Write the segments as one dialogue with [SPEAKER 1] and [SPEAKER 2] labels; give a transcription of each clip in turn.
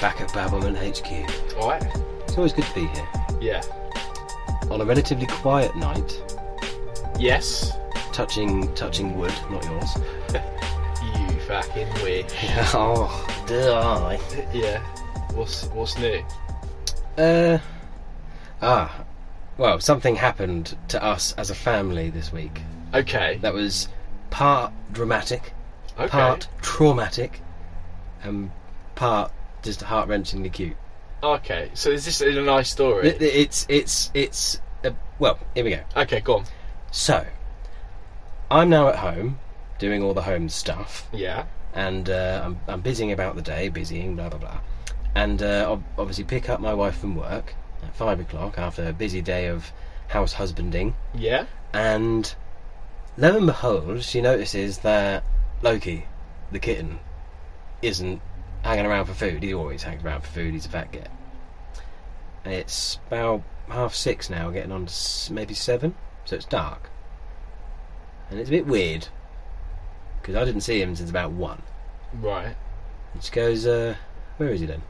[SPEAKER 1] back at Babblement HQ.
[SPEAKER 2] Alright.
[SPEAKER 1] It's always good to be here.
[SPEAKER 2] Yeah.
[SPEAKER 1] On a relatively quiet night,
[SPEAKER 2] Yes.
[SPEAKER 1] touching touching wood, not yours.
[SPEAKER 2] You fucking witch.
[SPEAKER 1] oh, do I?
[SPEAKER 2] yeah. What's what's new?
[SPEAKER 1] Uh, ah, well, something happened to us as a family this week
[SPEAKER 2] Okay.
[SPEAKER 1] that was part dramatic,
[SPEAKER 2] Okay.
[SPEAKER 1] part traumatic, and part just heart wrenchingly cute.
[SPEAKER 2] Okay. So is this a nice story?
[SPEAKER 1] It- it's it's it's uh, well, here we go.
[SPEAKER 2] okay, go on.
[SPEAKER 1] So, I'm now at home doing all the home stuff,
[SPEAKER 2] Yeah.
[SPEAKER 1] and uh, I'm, I'm busying about the day, busying, blah blah blah, and uh, ob- obviously pick up my wife from work at five o'clock after a busy day of house husbanding,
[SPEAKER 2] Yeah.
[SPEAKER 1] and lo and behold, she notices that Loki, the kitten, isn't hanging around for food. He always hangs around for food. He's a fat git. And It's about half six now, getting on to s- maybe seven, so it's dark, and it's a bit weird because I didn't see him since about one.
[SPEAKER 2] Right.
[SPEAKER 1] And she goes, uh, "Where is he then?"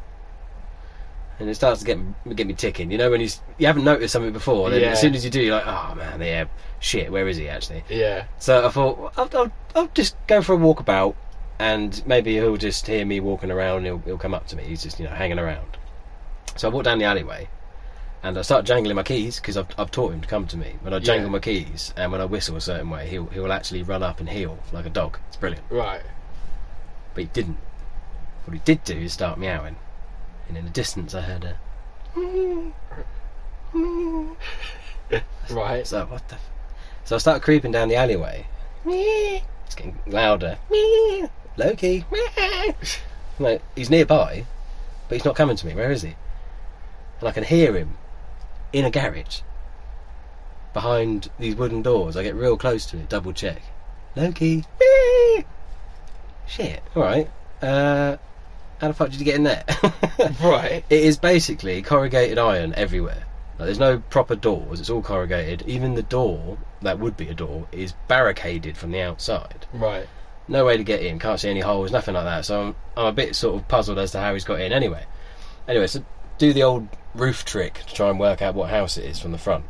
[SPEAKER 1] And it starts to get get me ticking. You know when you s- you haven't noticed something before, then
[SPEAKER 2] Yeah.
[SPEAKER 1] as soon as you do, you're like, "Oh man, yeah, shit, where is he actually?"
[SPEAKER 2] Yeah.
[SPEAKER 1] So I thought well, I'll, I'll I'll just go for a walkabout, and maybe he'll just hear me walking around. He'll he'll come up to me. He's just you know hanging around. So I walk down the alleyway, and I start jangling my keys because I've I've taught him to come to me. When I jangle
[SPEAKER 2] Yeah.
[SPEAKER 1] my keys and when I whistle a certain way, he'll he'll actually run up and heel like a dog. It's brilliant
[SPEAKER 2] Right.
[SPEAKER 1] but he didn't. What he did do is start meowing, and in the distance I heard a.
[SPEAKER 2] Right.
[SPEAKER 1] So what the? F-? So I start creeping down the alleyway. It's getting louder. Loki. Like he's nearby, but he's not coming to me. Where is he? And I can hear him in a garage behind these wooden doors. I get real close to it, double check. Loki. Shit. All right. Uh, how the fuck did you get in there?
[SPEAKER 2] Right.
[SPEAKER 1] It is basically corrugated iron everywhere. Like, there's no proper doors. It's all corrugated. Even the door that would be a door is barricaded from the outside.
[SPEAKER 2] Right.
[SPEAKER 1] No way to get in. Can't see any holes. Nothing like that. So I'm, I'm a bit sort of puzzled as to how he's got in. Anyway, anyway, so do the old roof trick to try and work out what house it is from the front.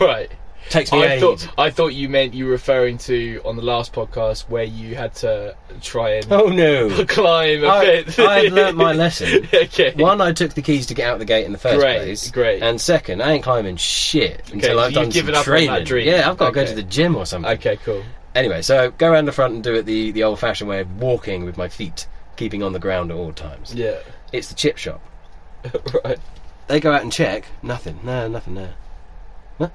[SPEAKER 2] Right.
[SPEAKER 1] Takes me
[SPEAKER 2] I
[SPEAKER 1] ages.
[SPEAKER 2] thought I thought you meant you were referring to on the last podcast where you had to try and
[SPEAKER 1] Oh no!
[SPEAKER 2] climb a
[SPEAKER 1] I,
[SPEAKER 2] bit.
[SPEAKER 1] I had learnt my lesson.
[SPEAKER 2] okay.
[SPEAKER 1] One, I took the keys to get out the gate in the first
[SPEAKER 2] Great,
[SPEAKER 1] place.
[SPEAKER 2] great.
[SPEAKER 1] And second, I ain't climbing shit until
[SPEAKER 2] so
[SPEAKER 1] I've
[SPEAKER 2] you've
[SPEAKER 1] done
[SPEAKER 2] given
[SPEAKER 1] some
[SPEAKER 2] up on
[SPEAKER 1] training.
[SPEAKER 2] that dream.
[SPEAKER 1] Yeah, I've got to go
[SPEAKER 2] Okay.
[SPEAKER 1] to the gym or something.
[SPEAKER 2] Okay, cool.
[SPEAKER 1] Anyway, so go around the front and do it the, the old fashioned way of walking with my feet, keeping on the ground at all times.
[SPEAKER 2] Yeah.
[SPEAKER 1] It's the chip shop.
[SPEAKER 2] right.
[SPEAKER 1] They go out and check. Nothing. No, nothing there. Huh?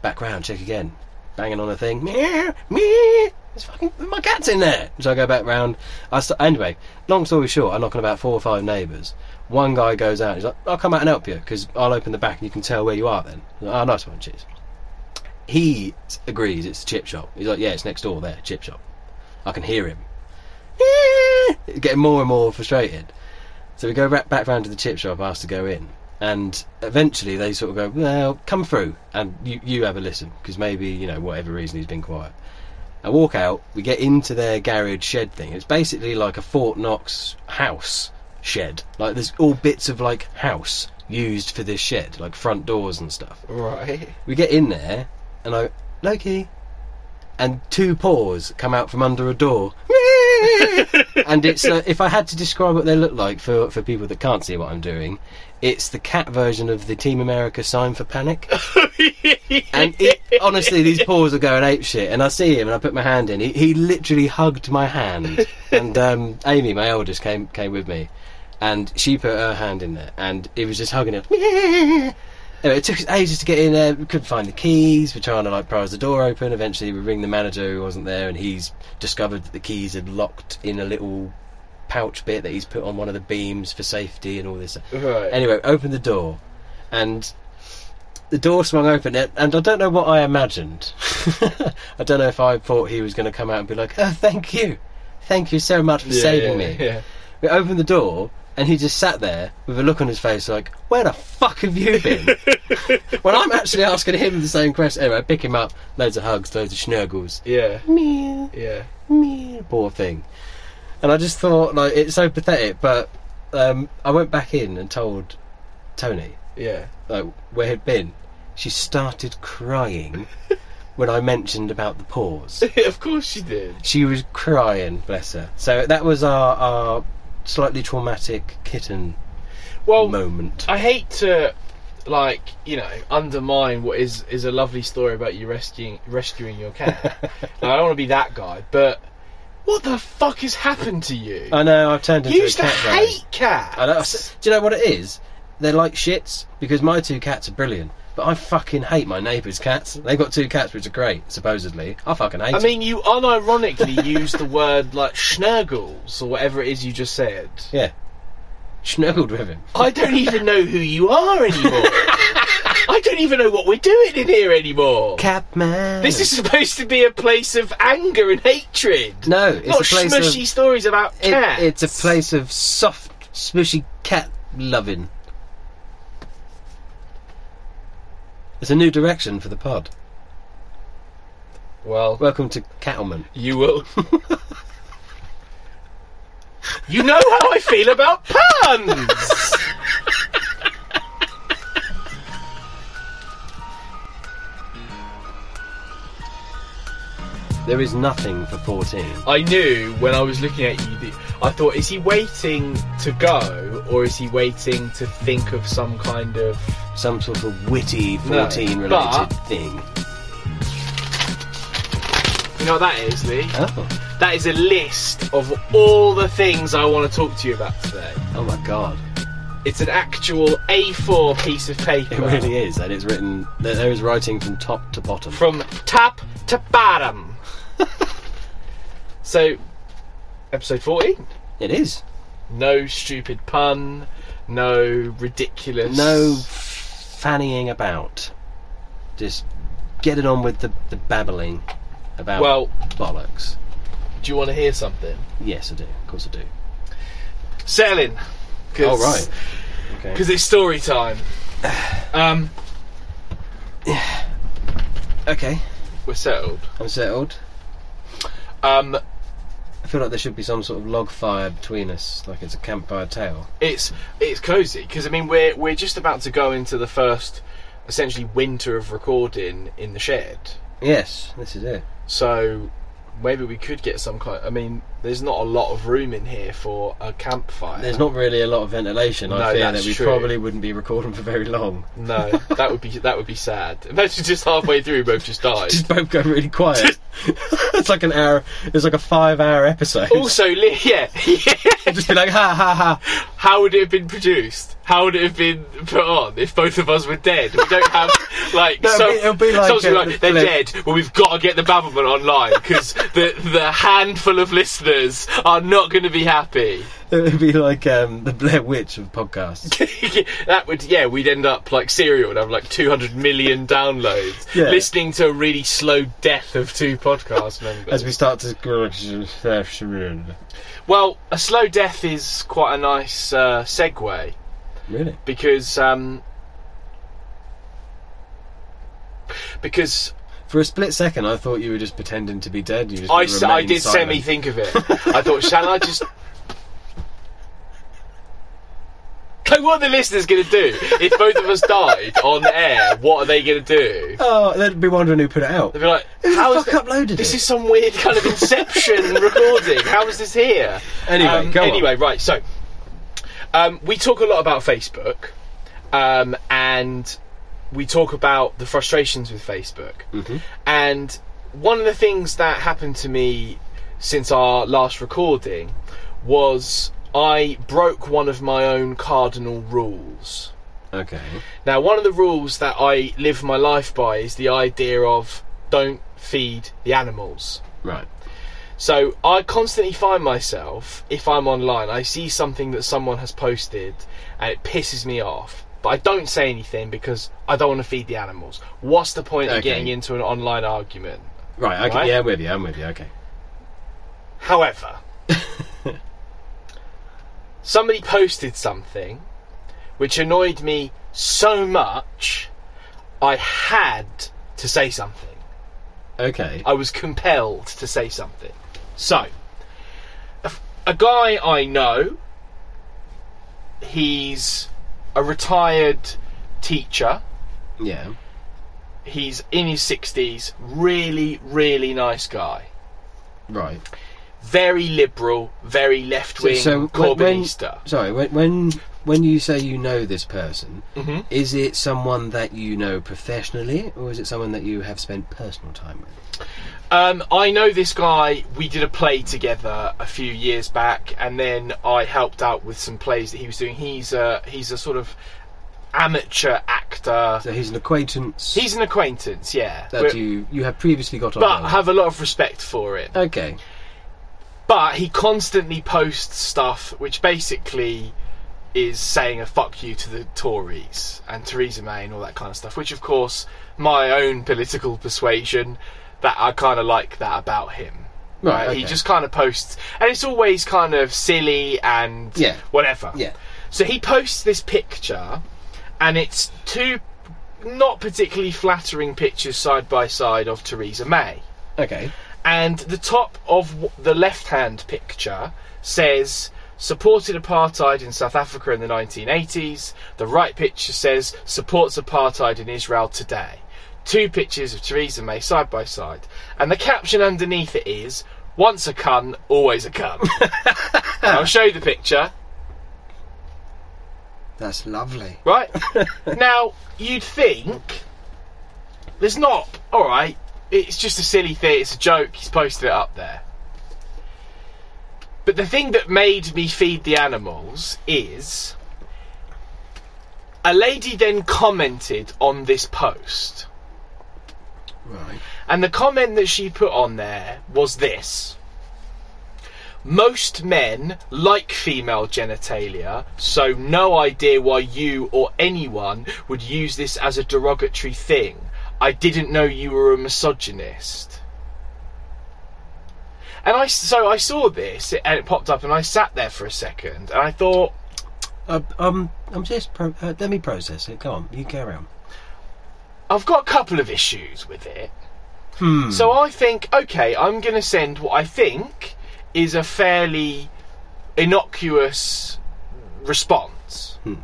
[SPEAKER 1] Back round, check again. Banging on a thing. Meow, meow. There's fucking my cat's in there. So I go back round. I st- anyway, long story short, I knock on about four or five neighbours. One guy goes out. He's like, "I'll come out and help you because I'll open the back and you can tell where you are." Then, I'm like, oh, nice one, cheers. He s- agrees. It's a chip shop. He's like, "Yeah, it's next door there, chip shop." I can hear him. Getting more and more frustrated. So we go ra- back round to the chip shop, asked to go in, and eventually they sort of go, "Well, come through, and you you have a listen, because maybe you know whatever reason he's been quiet." I walk out. We get into their garage shed thing. It's basically like a Fort Knox house shed. Like there's all bits of like house used for this shed, like front doors and stuff.
[SPEAKER 2] Right.
[SPEAKER 1] We get in there, and I Loki, and two paws come out from under a door. and it's uh, if I had to describe what they look like for for people that can't see what I'm doing, it's the cat version of the Team America sign for panic. and it, honestly, these paws are going ape shit. And I see him, and I put my hand in. He, he literally hugged my hand. And um, Amy, my eldest, came came with me, and she put her hand in there, and he was just hugging it. Anyway, it took us ages to get in there. We couldn't find the keys. We're trying to like prise the door open. Eventually, we ring the manager who wasn't there, and he's discovered that the keys had locked in a little pouch bit that he's put on one of the beams for safety and all this.
[SPEAKER 2] Right.
[SPEAKER 1] Anyway, opened the door, and the door swung open, and and I don't know what I imagined. I don't know if I thought he was going to come out and be like, "Oh, thank you, thank you so much for
[SPEAKER 2] Yeah,
[SPEAKER 1] saving me."
[SPEAKER 2] yeah, Yeah.
[SPEAKER 1] We opened the door, and he just sat there with a look on his face, like, "Where the fuck have you been?" when I'm actually asking him the same question. Anyway, I pick him up, loads of hugs, loads of schnurgles.
[SPEAKER 2] Yeah.
[SPEAKER 1] Meow
[SPEAKER 2] Yeah.
[SPEAKER 1] me poor thing and i just thought like it's so pathetic but um, I went back in and told Tony
[SPEAKER 2] Yeah.
[SPEAKER 1] like where he'd been. She started crying when I mentioned about the pause.
[SPEAKER 2] of course she did.
[SPEAKER 1] She was crying, bless her. So that was our, our slightly traumatic kitten
[SPEAKER 2] Well,
[SPEAKER 1] moment.
[SPEAKER 2] I hate to, like, you know, undermine what is is a lovely story about you rescuing rescuing your cat. Like, I don't want to be that guy, but what the fuck has happened to you?
[SPEAKER 1] I know I've turned into
[SPEAKER 2] you
[SPEAKER 1] a
[SPEAKER 2] used to
[SPEAKER 1] cat guy.
[SPEAKER 2] hate cats.
[SPEAKER 1] I know. Do you know what it is? They're like shits because my two cats are brilliant, but I fucking hate my neighbour's cats. They've got two cats which are great, supposedly. I fucking hate.
[SPEAKER 2] I
[SPEAKER 1] 'em.
[SPEAKER 2] mean, you unironically used the word like schnurgles or whatever it is you just said.
[SPEAKER 1] yeah, snuggled with him.
[SPEAKER 2] I don't even know who you are anymore. I don't even know what we're doing in here anymore.
[SPEAKER 1] Catman.
[SPEAKER 2] This is supposed to be a place of anger and hatred.
[SPEAKER 1] no. It's a
[SPEAKER 2] not
[SPEAKER 1] place of,
[SPEAKER 2] smushy stories about
[SPEAKER 1] it-
[SPEAKER 2] cats.
[SPEAKER 1] It's a place of soft, smushy cat loving. It's a new direction for the pod.
[SPEAKER 2] Well,
[SPEAKER 1] Welcome to Cattleman.
[SPEAKER 2] you will. you know how I feel about puns.
[SPEAKER 1] There is nothing for 14.
[SPEAKER 2] I knew when I was looking at you. That I thought, is he waiting to go, or is he waiting to think of some kind of?
[SPEAKER 1] Some sort of witty 14 related
[SPEAKER 2] but-
[SPEAKER 1] thing.
[SPEAKER 2] You know what that is, Lee?
[SPEAKER 1] Oh.
[SPEAKER 2] That is a list of all the things I want to talk to you about today.
[SPEAKER 1] Oh my god.
[SPEAKER 2] It's an actual A4 piece of paper.
[SPEAKER 1] It really is, and it's written. There there is writing from top to bottom.
[SPEAKER 2] From top to bottom. so, episode 14.
[SPEAKER 1] It is.
[SPEAKER 2] No stupid pun, no ridiculous.
[SPEAKER 1] No fannying about. Just get it on with the, the babbling about
[SPEAKER 2] Well,
[SPEAKER 1] bollocks.
[SPEAKER 2] do you want to hear something?
[SPEAKER 1] Yes, I do. Of course, I do.
[SPEAKER 2] Selling.
[SPEAKER 1] Oh, right. Okay.
[SPEAKER 2] Because it's story time. Um,
[SPEAKER 1] Okay.
[SPEAKER 2] we're settled.
[SPEAKER 1] I'm settled.
[SPEAKER 2] Um,
[SPEAKER 1] I feel like there should be some sort of log fire between us, like it's a campfire tale.
[SPEAKER 2] it's it's cozy because I mean we're we're just about to go into the first essentially winter of recording in the shed.
[SPEAKER 1] Yes, this is it.
[SPEAKER 2] So maybe we could get some kind. I mean, there's not a lot of room in here for a campfire.
[SPEAKER 1] There's not really a lot of ventilation. I
[SPEAKER 2] No,
[SPEAKER 1] fear
[SPEAKER 2] that's
[SPEAKER 1] that we
[SPEAKER 2] true.
[SPEAKER 1] probably wouldn't be recording for very long.
[SPEAKER 2] No, that would be that would be sad. Imagine just halfway through, we both just died.
[SPEAKER 1] Just both go really quiet. it's like an hour. It's like a five-hour episode.
[SPEAKER 2] Also, Lee, yeah, yeah.
[SPEAKER 1] just be like ha ha ha.
[SPEAKER 2] How would it have been produced? How would it have been put on if both of us were dead? We don't have like
[SPEAKER 1] No, it'll
[SPEAKER 2] so.
[SPEAKER 1] be- it'll be like,
[SPEAKER 2] someone's gonna
[SPEAKER 1] uh,
[SPEAKER 2] be
[SPEAKER 1] the
[SPEAKER 2] they're
[SPEAKER 1] flip."
[SPEAKER 2] dead. Well, we've got to get the babblement online because the the handful of listeners are not going to be happy.
[SPEAKER 1] It would be like um, the Blair Witch of podcasts.
[SPEAKER 2] that would yeah we'd end up like serial and have like 200 million downloads
[SPEAKER 1] Yeah.
[SPEAKER 2] listening to a really slow death of two podcast members
[SPEAKER 1] As we start to
[SPEAKER 2] well a slow death is quite a nice uh, segue
[SPEAKER 1] really,
[SPEAKER 2] because um because
[SPEAKER 1] for a split second, I thought you were just pretending to be dead. You just
[SPEAKER 2] I, s- I
[SPEAKER 1] remained
[SPEAKER 2] did
[SPEAKER 1] silent.
[SPEAKER 2] semi think of it I thought shall I just like what are the listeners going to do if both of us died on air what are they going to do
[SPEAKER 1] Oh, they'd be wondering who put it out.
[SPEAKER 2] They'd be like,
[SPEAKER 1] Who the
[SPEAKER 2] how is
[SPEAKER 1] fuck
[SPEAKER 2] that-
[SPEAKER 1] uploaded
[SPEAKER 2] This
[SPEAKER 1] it?
[SPEAKER 2] is some weird kind of Inception recording. How is this here?
[SPEAKER 1] Anyway,
[SPEAKER 2] Um,
[SPEAKER 1] go on.
[SPEAKER 2] anyway, right. So, um, we talk a lot about Facebook, um, and we talk about the frustrations with Facebook.
[SPEAKER 1] Mhm.
[SPEAKER 2] And one of the things that happened to me since our last recording was I broke one of my own cardinal rules.
[SPEAKER 1] Okay.
[SPEAKER 2] Now, one of the rules that I live my life by is the idea of don't feed the animals.
[SPEAKER 1] Right.
[SPEAKER 2] So I constantly find myself, if I'm online, I see something that someone has posted and it pisses me off. But I don't say anything because I don't want to feed the animals. What's the point of
[SPEAKER 1] Okay.
[SPEAKER 2] getting into an online argument?
[SPEAKER 1] Right. Okay.
[SPEAKER 2] Right?
[SPEAKER 1] Yeah, I'm with you. I'm with you. Okay.
[SPEAKER 2] However, somebody posted something which annoyed me so much, I had to say something.
[SPEAKER 1] Okay.
[SPEAKER 2] I was compelled to say something. So, a, a guy I know he's a retired teacher.
[SPEAKER 1] Yeah.
[SPEAKER 2] He's in his 60s. Really, really nice guy.
[SPEAKER 1] Right.
[SPEAKER 2] Very liberal, very left wing,
[SPEAKER 1] when- when-
[SPEAKER 2] Corbynista.
[SPEAKER 1] sorry, when when when you say you know this person,
[SPEAKER 2] Mhm.
[SPEAKER 1] is it someone that you know professionally, or is it someone that you have spent personal time with?
[SPEAKER 2] Um, I know this guy. We did a play together a few years back, and then I helped out with some plays that he was doing. He's a he's a sort of amateur actor.
[SPEAKER 1] So he's an acquaintance
[SPEAKER 2] He's an acquaintance, yeah,
[SPEAKER 1] that
[SPEAKER 2] We're-
[SPEAKER 1] you you have previously got on.
[SPEAKER 2] but
[SPEAKER 1] with.
[SPEAKER 2] have a lot of respect for it.
[SPEAKER 1] okay.
[SPEAKER 2] But he constantly posts stuff which basically is saying a fuck you to the Tories and Theresa May and all that kind of stuff. Which, of course, my own political persuasion, that I kind of like that about him.
[SPEAKER 1] Right,
[SPEAKER 2] Uh, He
[SPEAKER 1] okay.
[SPEAKER 2] just kind of posts, and it's always kind of silly and
[SPEAKER 1] Yeah.
[SPEAKER 2] whatever.
[SPEAKER 1] Yeah.
[SPEAKER 2] So he posts this picture, and it's two not particularly flattering pictures side by side of Theresa May
[SPEAKER 1] Okay.
[SPEAKER 2] and the top of w- the left hand picture says supported apartheid in South Africa in the 1980s. The right picture says supports apartheid in Israel today. Two pictures of Theresa May side by side, and the caption underneath it is once a cunt, always a cunt. And I'll show you the picture,
[SPEAKER 1] That's lovely.
[SPEAKER 2] right? now, you'd think there's not, alright, it's just a silly thing, it's a joke, he's posted it up there. But the thing that made me feed the animals is a lady then commented on this post.
[SPEAKER 1] Right.
[SPEAKER 2] And the comment that she put on there was this Most men like female genitalia, so no idea why you or anyone would use this as a derogatory thing. I didn't know you were a misogynist. And I so I saw this and it popped up and I sat there for a second and I thought
[SPEAKER 1] Uh, um, I'm just pro- uh, let me process it. Go on, you carry on.
[SPEAKER 2] I've got a couple of issues with it.
[SPEAKER 1] Hmm.
[SPEAKER 2] So I think, okay, I'm going to send what I think is a fairly innocuous response.
[SPEAKER 1] Hmm.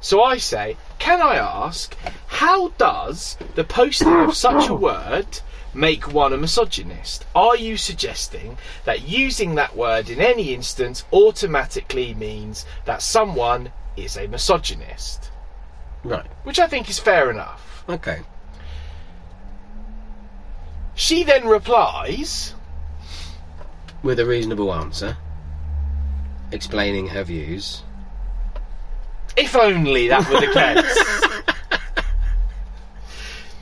[SPEAKER 2] So I say, can I ask, how does the posting of such a word make one a misogynist? Are you suggesting that using that word in any instance automatically means that someone is a misogynist?
[SPEAKER 1] Right.
[SPEAKER 2] Which I think is fair enough.
[SPEAKER 1] Okay.
[SPEAKER 2] She then replies,
[SPEAKER 1] With a reasonable answer, explaining her views.
[SPEAKER 2] If only that were the case.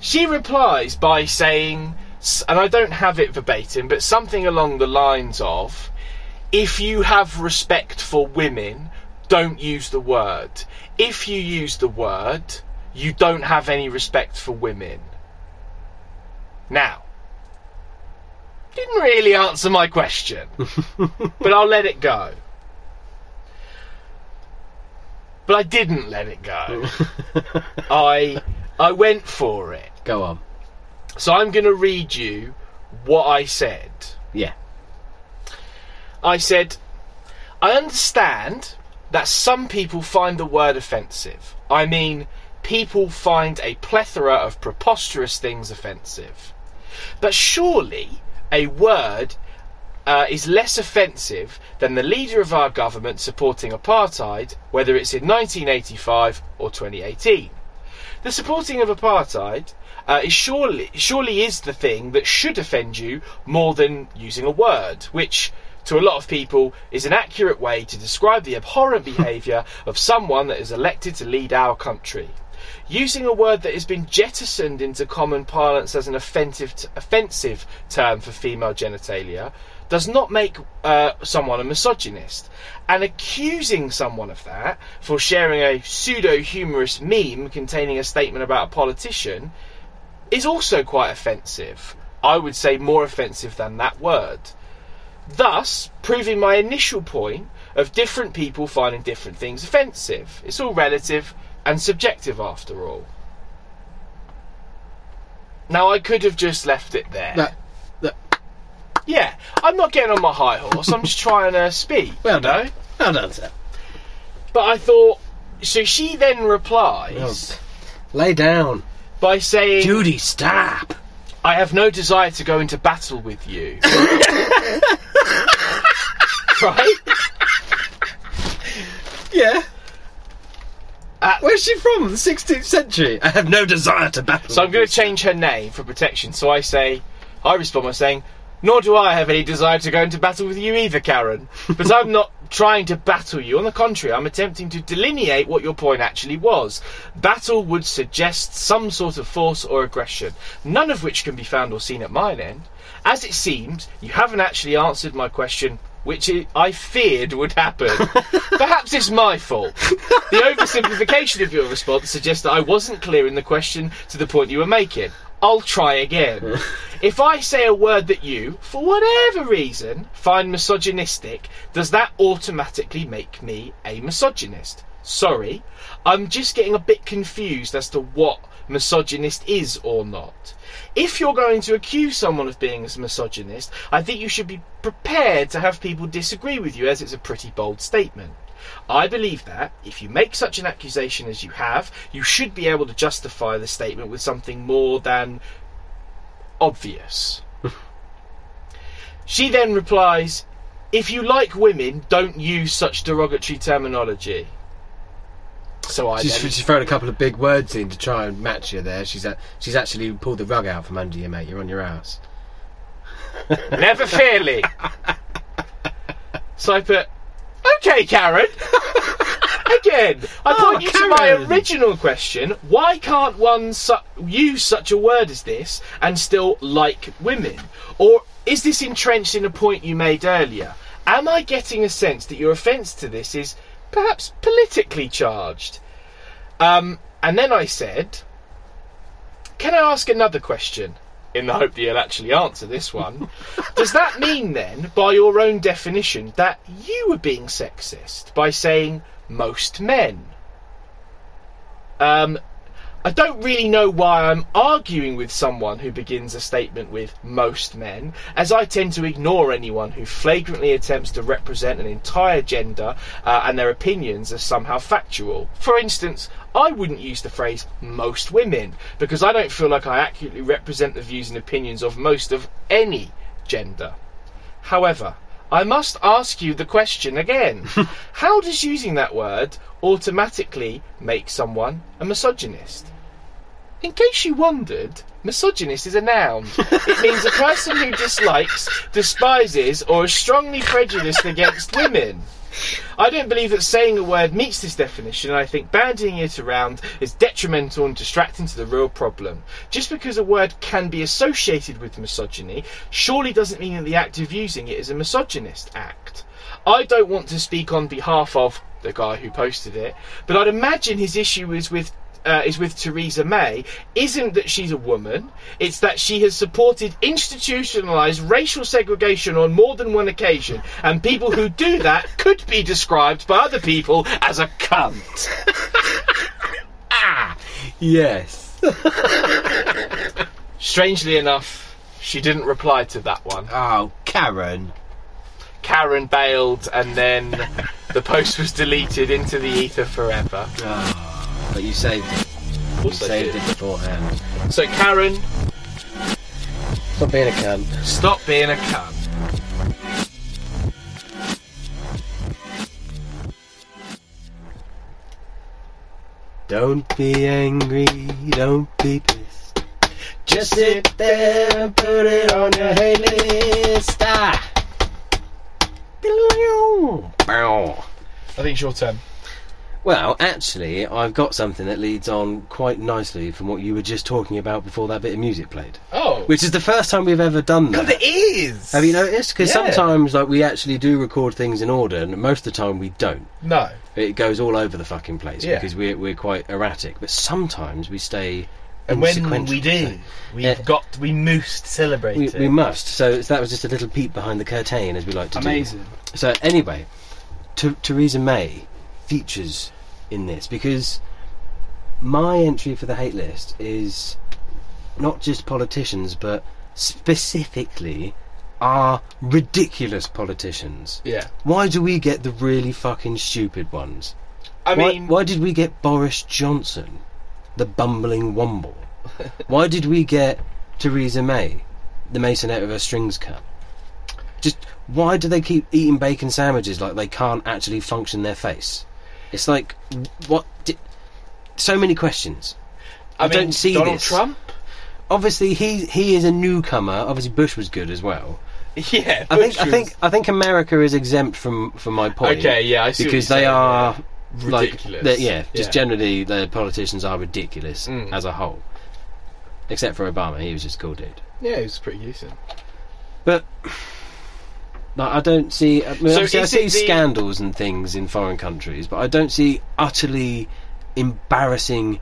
[SPEAKER 2] she replies by saying, s- and I don't have it verbatim, but something along the lines of, if you have respect for women, don't use the word. If you use the word, you don't have any respect for women. Now, didn't really answer my question, but I'll let it go. But I didn't let it go. I I went for it.
[SPEAKER 1] Go on.
[SPEAKER 2] So I'm going to read you what I said.
[SPEAKER 1] Yeah.
[SPEAKER 2] I said, I understand that some people find the word offensive. I mean, people find a plethora of preposterous things offensive. But surely a word uh, is less offensive than the leader of our government supporting apartheid, whether it's in 1985 or 2018. The supporting of apartheid uh, is surely surely is the thing that should offend you more than using a word, which to a lot of people is an accurate way to describe the abhorrent behaviour of someone that is elected to lead our country. Using a word that has been jettisoned into common parlance as an offensive, offensive term for female genitalia does not make uh, someone a misogynist. And accusing someone of that for sharing a pseudo humorous meme containing a statement about a politician is also quite offensive. I would say more offensive than that word. Thus, proving my initial point of different people finding different things offensive. It's all relative and subjective after all. Now, I could have just left it there.
[SPEAKER 1] That, that,
[SPEAKER 2] Yeah, I'm not getting on my high horse. I'm just trying to speak.
[SPEAKER 1] well
[SPEAKER 2] you know?
[SPEAKER 1] done. Well done, sir.
[SPEAKER 2] But I thought. So she then replies
[SPEAKER 1] Lay down.
[SPEAKER 2] by saying,
[SPEAKER 1] Judy, stop.
[SPEAKER 2] I have no desire to go into battle with you. right?
[SPEAKER 1] Yeah.
[SPEAKER 2] Uh,
[SPEAKER 1] Where's she from? The 16th century. I have no desire to battle.
[SPEAKER 2] So I'm going to change her name for protection. So I say, I respond by saying, nor do I have any desire to go into battle with you either, Karen. But I'm not trying to battle you. On the contrary, I'm attempting to delineate what your point actually was. Battle would suggest some sort of force or aggression, none of which can be found or seen at mine end. As it seems, you haven't actually answered my question, which I- I feared would happen. Perhaps it's my fault. The oversimplification of your response suggests that I wasn't clear in the question to the point you were making. I'll try again. if I say a word that you, for whatever reason, find misogynistic, does that automatically make me a misogynist? Sorry, I'm just getting a bit confused as to what misogynist is or not. If you're going to accuse someone of being a misogynist, I think you should be prepared to have people disagree with you, as it's a pretty bold statement. I believe that if you make such an accusation as you have, you should be able to justify the statement with something more than obvious. she then replies, If you like women, don't use such derogatory terminology. So I
[SPEAKER 1] She's,
[SPEAKER 2] then
[SPEAKER 1] she's thrown a couple of big words in to try and match you there. She's a, she's actually pulled the rug out from under you, mate. You're on your ass.
[SPEAKER 2] Never fairly. so I put, okay, Karen. Again, I
[SPEAKER 1] Oh,
[SPEAKER 2] point you to my
[SPEAKER 1] Karen.
[SPEAKER 2] original question: Why can't one su- use such a word as this and still like women? Or is this entrenched in a point you made earlier? Am I getting a sense that your offence to this is perhaps politically charged? Um, and then I said, can I ask another question? In the hope that you'll actually answer this one. Does that mean then, by your own definition, that you were being sexist by saying most men? Um, I don't really know why I'm arguing with someone who begins a statement with most men, as I tend to ignore anyone who flagrantly attempts to represent an entire gender uh, and their opinions as somehow factual. For instance, I wouldn't use the phrase most women, because I don't feel like I accurately represent the views and opinions of most of any gender. However, I must ask you the question again. How does using that word automatically make someone a misogynist? In case you wondered, misogynist is a noun. It means a person who dislikes, despises, or is strongly prejudiced against women. I don't believe that saying a word meets this definition, and I think bandying it around is detrimental and distracting to the real problem. Just because a word can be associated with misogyny, surely doesn't mean that the act of using it is a misogynist act. I don't want to speak on behalf of the guy who posted it, but I'd imagine his issue is with uh, is with Theresa May isn't that she's a woman, it's that she has supported institutionalised racial segregation on more than one occasion, and people who do that could be described by other people as a cunt.
[SPEAKER 1] Yes.
[SPEAKER 2] Strangely enough, she didn't reply to that one.
[SPEAKER 1] Oh, Karen.
[SPEAKER 2] Karen bailed, and then the post was deleted into the ether forever.
[SPEAKER 1] Oh, but you saved it. You
[SPEAKER 2] Also
[SPEAKER 1] saved
[SPEAKER 2] did.
[SPEAKER 1] it beforehand.
[SPEAKER 2] So, Karen,
[SPEAKER 1] Stop being a cunt.
[SPEAKER 2] stop being a cunt.
[SPEAKER 1] Don't be angry, don't be pissed. Just sit there and put it on your hey list. Ah. Bow.
[SPEAKER 2] I think it's your turn.
[SPEAKER 1] Well, actually, I've got something that leads on quite nicely from what you were just talking about before that bit of music played,
[SPEAKER 2] Oh.
[SPEAKER 1] which is the first time we've ever done that.
[SPEAKER 2] it is!
[SPEAKER 1] Have you noticed? Because
[SPEAKER 2] Yeah.
[SPEAKER 1] sometimes, like, we actually do record things in order, and most of the time we don't.
[SPEAKER 2] No.
[SPEAKER 1] It goes all over the fucking place
[SPEAKER 2] Yeah.
[SPEAKER 1] because we're we're quite erratic. But sometimes we stay.
[SPEAKER 2] And when
[SPEAKER 1] insequential,
[SPEAKER 2] we
[SPEAKER 1] so
[SPEAKER 2] do, we've
[SPEAKER 1] Yeah.
[SPEAKER 2] got we must celebrate
[SPEAKER 1] we,
[SPEAKER 2] it.
[SPEAKER 1] we must. So, it's- that was just a little peep behind the curtain, as we like to
[SPEAKER 2] Amazing.
[SPEAKER 1] do. So anyway, T- Theresa May features in this because my entry for the hate list is not just politicians, but specifically are ridiculous politicians.
[SPEAKER 2] Yeah.
[SPEAKER 1] Why do we get the really fucking stupid ones?
[SPEAKER 2] I
[SPEAKER 1] why,
[SPEAKER 2] mean,
[SPEAKER 1] why did we get Boris Johnson, the bumbling womble? why did we get Theresa May, the masonette of her strings cut? Just why do they keep eating bacon sandwiches like they can't actually function their face? It's like what? Di- so many questions.
[SPEAKER 2] I,
[SPEAKER 1] I
[SPEAKER 2] mean,
[SPEAKER 1] don't see
[SPEAKER 2] Donald
[SPEAKER 1] this.
[SPEAKER 2] Trump.
[SPEAKER 1] Obviously, he he is a newcomer. Obviously, Bush was good as well.
[SPEAKER 2] Yeah,
[SPEAKER 1] I think
[SPEAKER 2] Bush
[SPEAKER 1] I think
[SPEAKER 2] was
[SPEAKER 1] I think America is exempt from from my point.
[SPEAKER 2] Okay, yeah, I see what
[SPEAKER 1] because
[SPEAKER 2] you're
[SPEAKER 1] they
[SPEAKER 2] saying,
[SPEAKER 1] are like
[SPEAKER 2] ridiculous.
[SPEAKER 1] they're- yeah, just
[SPEAKER 2] Yeah.
[SPEAKER 1] generally the politicians are ridiculous
[SPEAKER 2] Mm.
[SPEAKER 1] as a whole, except for Obama. He was just a cool dude.
[SPEAKER 2] yeah, he was pretty decent.
[SPEAKER 1] But like, I don't see. I, mean,
[SPEAKER 2] So
[SPEAKER 1] obviously I
[SPEAKER 2] is
[SPEAKER 1] see
[SPEAKER 2] it the-
[SPEAKER 1] scandals and things in foreign countries, but I don't see utterly embarrassing,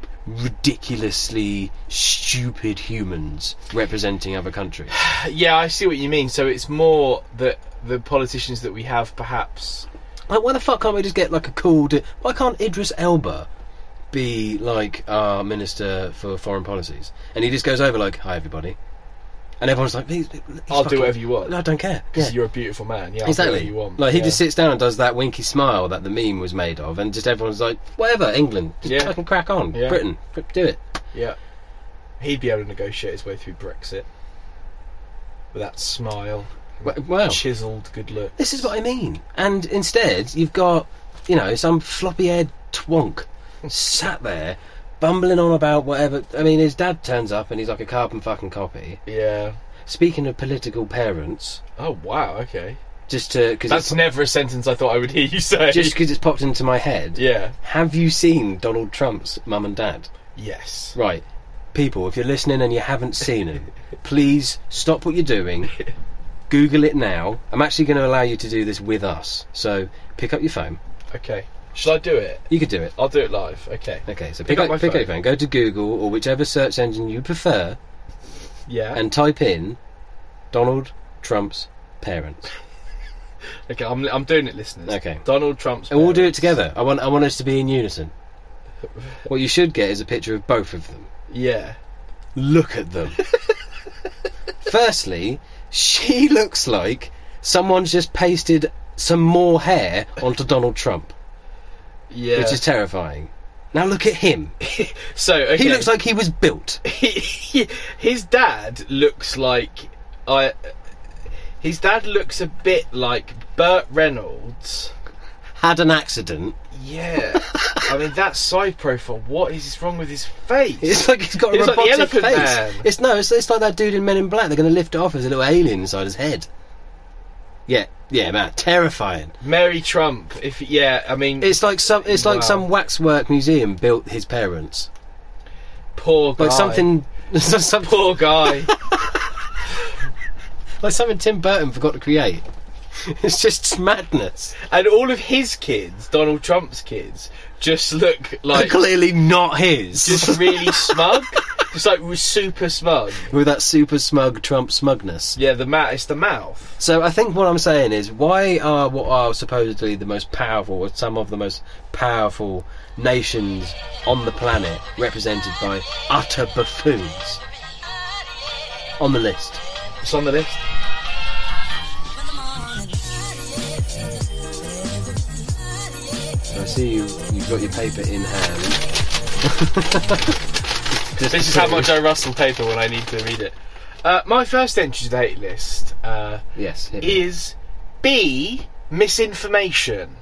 [SPEAKER 1] ridiculously stupid humans representing other countries.
[SPEAKER 2] Yeah, I see what you mean. So it's more that the politicians that we have, perhaps.
[SPEAKER 1] Like, why the fuck can't we just get like a cool? Di- why can't Idris Elba be like our minister for foreign policies? And he just goes over like, "Hi, everybody," and everyone's like, he's, he's
[SPEAKER 2] I'll do
[SPEAKER 1] fucking-
[SPEAKER 2] whatever you want.
[SPEAKER 1] I don't care.
[SPEAKER 2] Because
[SPEAKER 1] Yeah.
[SPEAKER 2] you're a beautiful man. Yeah, I'll do
[SPEAKER 1] Exactly.
[SPEAKER 2] whatever You want.
[SPEAKER 1] Like he
[SPEAKER 2] yeah.
[SPEAKER 1] just sits down and does that winky smile that the meme was made of, and just everyone's like, "Whatever, England, just
[SPEAKER 2] Yeah.
[SPEAKER 1] fucking crack on,
[SPEAKER 2] Yeah.
[SPEAKER 1] Britain, fr- do it."
[SPEAKER 2] Yeah. He'd be able to negotiate his way through Brexit with that smile,
[SPEAKER 1] W- Wow,
[SPEAKER 2] chiselled good look.
[SPEAKER 1] Oh. this is what I mean. And instead, you've got, you know, some floppy-haired twonk sat there bumbling on about whatever. I mean, his dad turns up and he's like a carbon fucking copy.
[SPEAKER 2] Yeah.
[SPEAKER 1] Speaking of political parents,
[SPEAKER 2] Oh wow. Okay.
[SPEAKER 1] just to because
[SPEAKER 2] That's
[SPEAKER 1] it's,
[SPEAKER 2] never a sentence I thought I would hear you say.
[SPEAKER 1] just 'cause it's popped into my head.
[SPEAKER 2] yeah.
[SPEAKER 1] Have you seen Donald Trump's mum and dad?
[SPEAKER 2] Yes.
[SPEAKER 1] Right, people, if you're listening and you haven't seen it, please stop what you're doing. Google it now. I'm actually going to allow you to do this with us. So pick up your phone.
[SPEAKER 2] Okay. Shall I do it?
[SPEAKER 1] You could do it.
[SPEAKER 2] I'll do it live. Okay.
[SPEAKER 1] Okay, so
[SPEAKER 2] Pick
[SPEAKER 1] pick,
[SPEAKER 2] up
[SPEAKER 1] up,
[SPEAKER 2] my
[SPEAKER 1] pick
[SPEAKER 2] phone.
[SPEAKER 1] up your phone. Go to Google or whichever search engine you prefer
[SPEAKER 2] Yeah.
[SPEAKER 1] and type in Donald Trump's parents.
[SPEAKER 2] okay. I'm, I'm doing it, listeners.
[SPEAKER 1] Okay.
[SPEAKER 2] Donald Trump's.
[SPEAKER 1] And we'll do it
[SPEAKER 2] parents.
[SPEAKER 1] together. I want I want us to be in unison. What you should get is a picture of both of them.
[SPEAKER 2] Yeah.
[SPEAKER 1] Look at them. Firstly, she looks like someone's just pasted some more hair onto Donald Trump,
[SPEAKER 2] Yeah.
[SPEAKER 1] which is terrifying. Now look at him.
[SPEAKER 2] so okay.
[SPEAKER 1] He looks like he was built.
[SPEAKER 2] his dad looks like I. His dad looks a bit like Burt Reynolds.
[SPEAKER 1] Had an accident.
[SPEAKER 2] Yeah, I mean that side profile. What is wrong with his face?
[SPEAKER 1] It's like he's got a
[SPEAKER 2] It's like the
[SPEAKER 1] robotic
[SPEAKER 2] Elephant
[SPEAKER 1] face.
[SPEAKER 2] Man.
[SPEAKER 1] It's no, it's, it's like that dude in Men in Black. They're going to lift it off as a little alien inside his head. Yeah, yeah, man, terrifying.
[SPEAKER 2] Mary Trump. If yeah, I mean
[SPEAKER 1] It's like some, it's like
[SPEAKER 2] Wow.
[SPEAKER 1] some waxwork museum built his parents.
[SPEAKER 2] poor guy.
[SPEAKER 1] Like something, something,
[SPEAKER 2] Poor guy.
[SPEAKER 1] like something Tim Burton forgot to create. It's just madness.
[SPEAKER 2] and all of his kids, Donald Trump's kids, just look like
[SPEAKER 1] Clearly not his.
[SPEAKER 2] just really smug. Just like we're super smug.
[SPEAKER 1] With that super smug Trump smugness.
[SPEAKER 2] Yeah, the mouth. It's the mouth.
[SPEAKER 1] So I think what I'm saying is, why are what are supposedly the most powerful, or some of the most powerful nations on the planet, represented by utter buffoons? On the list.
[SPEAKER 2] It's on the list.
[SPEAKER 1] So I see you. You've got your paper in hand. Just
[SPEAKER 2] This is how
[SPEAKER 1] put it-
[SPEAKER 2] much I rustle paper when I need to read it. Uh, my first entry to the hate list uh,
[SPEAKER 1] Yes. Here we go.
[SPEAKER 2] is B misinformation.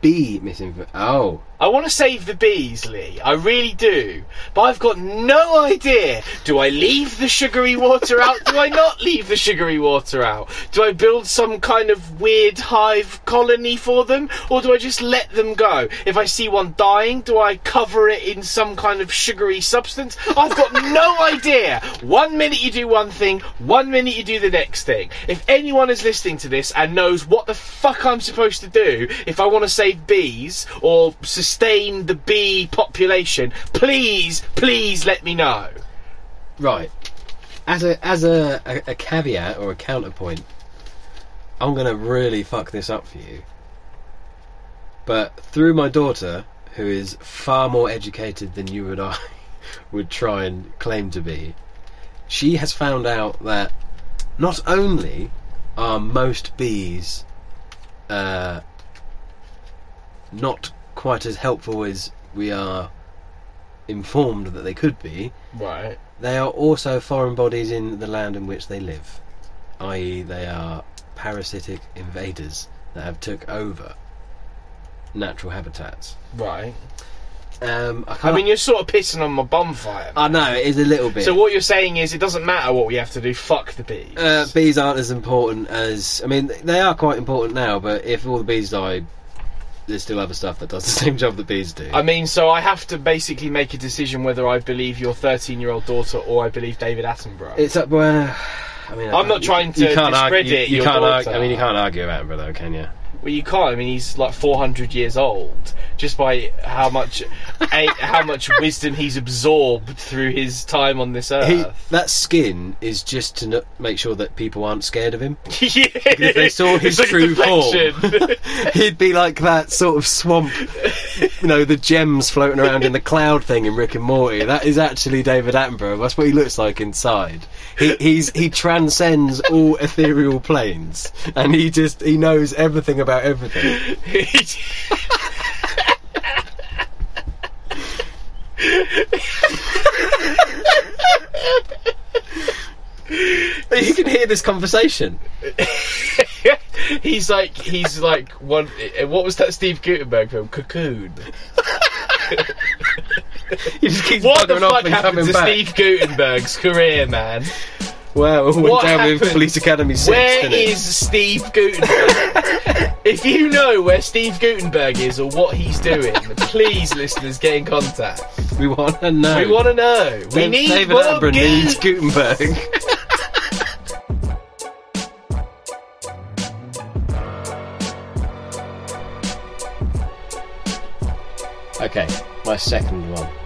[SPEAKER 1] B misinformation. Oh,
[SPEAKER 2] I want to save the bees, Lee. I really do. But I've got no idea. Do I leave the sugary water out? Do I not leave the sugary water out? Do I build some kind of weird hive colony for them? Or do I just let them go? If I see one dying, do I cover it in some kind of sugary substance? I've got no idea. One minute you do one thing, one minute you do the next thing. If anyone is listening to this and knows what the fuck I'm supposed to do if I want to save bees or sustain the bee population, please, please let me know.
[SPEAKER 1] right. As a as a, a, a caveat or a counterpoint, I'm gonna really fuck this up for you. But through my daughter, who is far more educated than you and I would try and claim to be, she has found out that not only are most bees uh, not quite as helpful as we are informed that they could be,
[SPEAKER 2] Right.
[SPEAKER 1] they are also foreign bodies in the land in which they live, i.e., they are parasitic invaders that have took over natural habitats.
[SPEAKER 2] Right.
[SPEAKER 1] Um, I,
[SPEAKER 2] I
[SPEAKER 1] can't,
[SPEAKER 2] mean, you're sort of pissing on my bonfire.
[SPEAKER 1] I know it is a little bit.
[SPEAKER 2] So what you're saying is it doesn't matter what we have to do. Fuck the bees.
[SPEAKER 1] uh, bees aren't as important as I mean they are quite important now, but if all the bees die, there's still other stuff that does the same job that bees do.
[SPEAKER 2] I mean, so I have to basically make a decision whether I believe your 13-year-old daughter or I believe David Attenborough.
[SPEAKER 1] It's up. Well, I mean, I
[SPEAKER 2] I'm not
[SPEAKER 1] can't-
[SPEAKER 2] trying to
[SPEAKER 1] argue, you,
[SPEAKER 2] discredit
[SPEAKER 1] you
[SPEAKER 2] your
[SPEAKER 1] can't argue.
[SPEAKER 2] daughter.
[SPEAKER 1] I mean, you can't argue about him, though, can you?
[SPEAKER 2] well, you can't. I mean, he's like 400 years old just by how much a, how much wisdom he's absorbed through his time on this
[SPEAKER 1] He,
[SPEAKER 2] earth.
[SPEAKER 1] that skin is just to no- make sure that people aren't scared of him.
[SPEAKER 2] if
[SPEAKER 1] they saw his true He'd be like that sort of swamp, you know, the gems floating around in the cloud thing in Rick and Morty. That is actually David Attenborough. That's what he looks like inside. He he's he transcends all ethereal planes, and he just he knows everything about everything. You can hear this conversation.
[SPEAKER 2] he's like he's like one. eh, What was that Steve Gutenberg film? Cocoon.
[SPEAKER 1] He just keeps
[SPEAKER 2] What the
[SPEAKER 1] buggering off
[SPEAKER 2] fuck
[SPEAKER 1] and
[SPEAKER 2] happened
[SPEAKER 1] coming
[SPEAKER 2] to
[SPEAKER 1] back.
[SPEAKER 2] Steve Gutenberg's career, man?
[SPEAKER 1] Wow, went
[SPEAKER 2] What
[SPEAKER 1] down
[SPEAKER 2] happened?
[SPEAKER 1] with Police Academy Six.
[SPEAKER 2] Where
[SPEAKER 1] didn't it?
[SPEAKER 2] is Steve Gutenberg? if you know where Steve Gutenberg is or what he's doing, please, listeners, get in contact.
[SPEAKER 1] We want to know.
[SPEAKER 2] We want to know. We
[SPEAKER 1] Dave-
[SPEAKER 2] need
[SPEAKER 1] David
[SPEAKER 2] more
[SPEAKER 1] Attenborough
[SPEAKER 2] Gu-
[SPEAKER 1] needs Gutenberg. okay, my second one.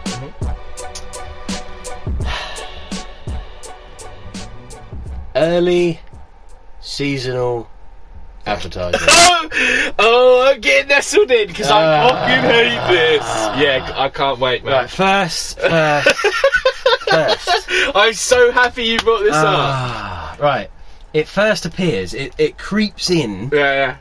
[SPEAKER 1] Early seasonal advertising.
[SPEAKER 2] Oh, oh, I'm getting nestled in because I
[SPEAKER 1] Ah.
[SPEAKER 2] fucking hate this. Yeah, c- I can't wait, man.
[SPEAKER 1] right, first, first, first.
[SPEAKER 2] I'm so happy you brought this up.
[SPEAKER 1] Ah, right. It first appears, it, it creeps in
[SPEAKER 2] Yeah, yeah,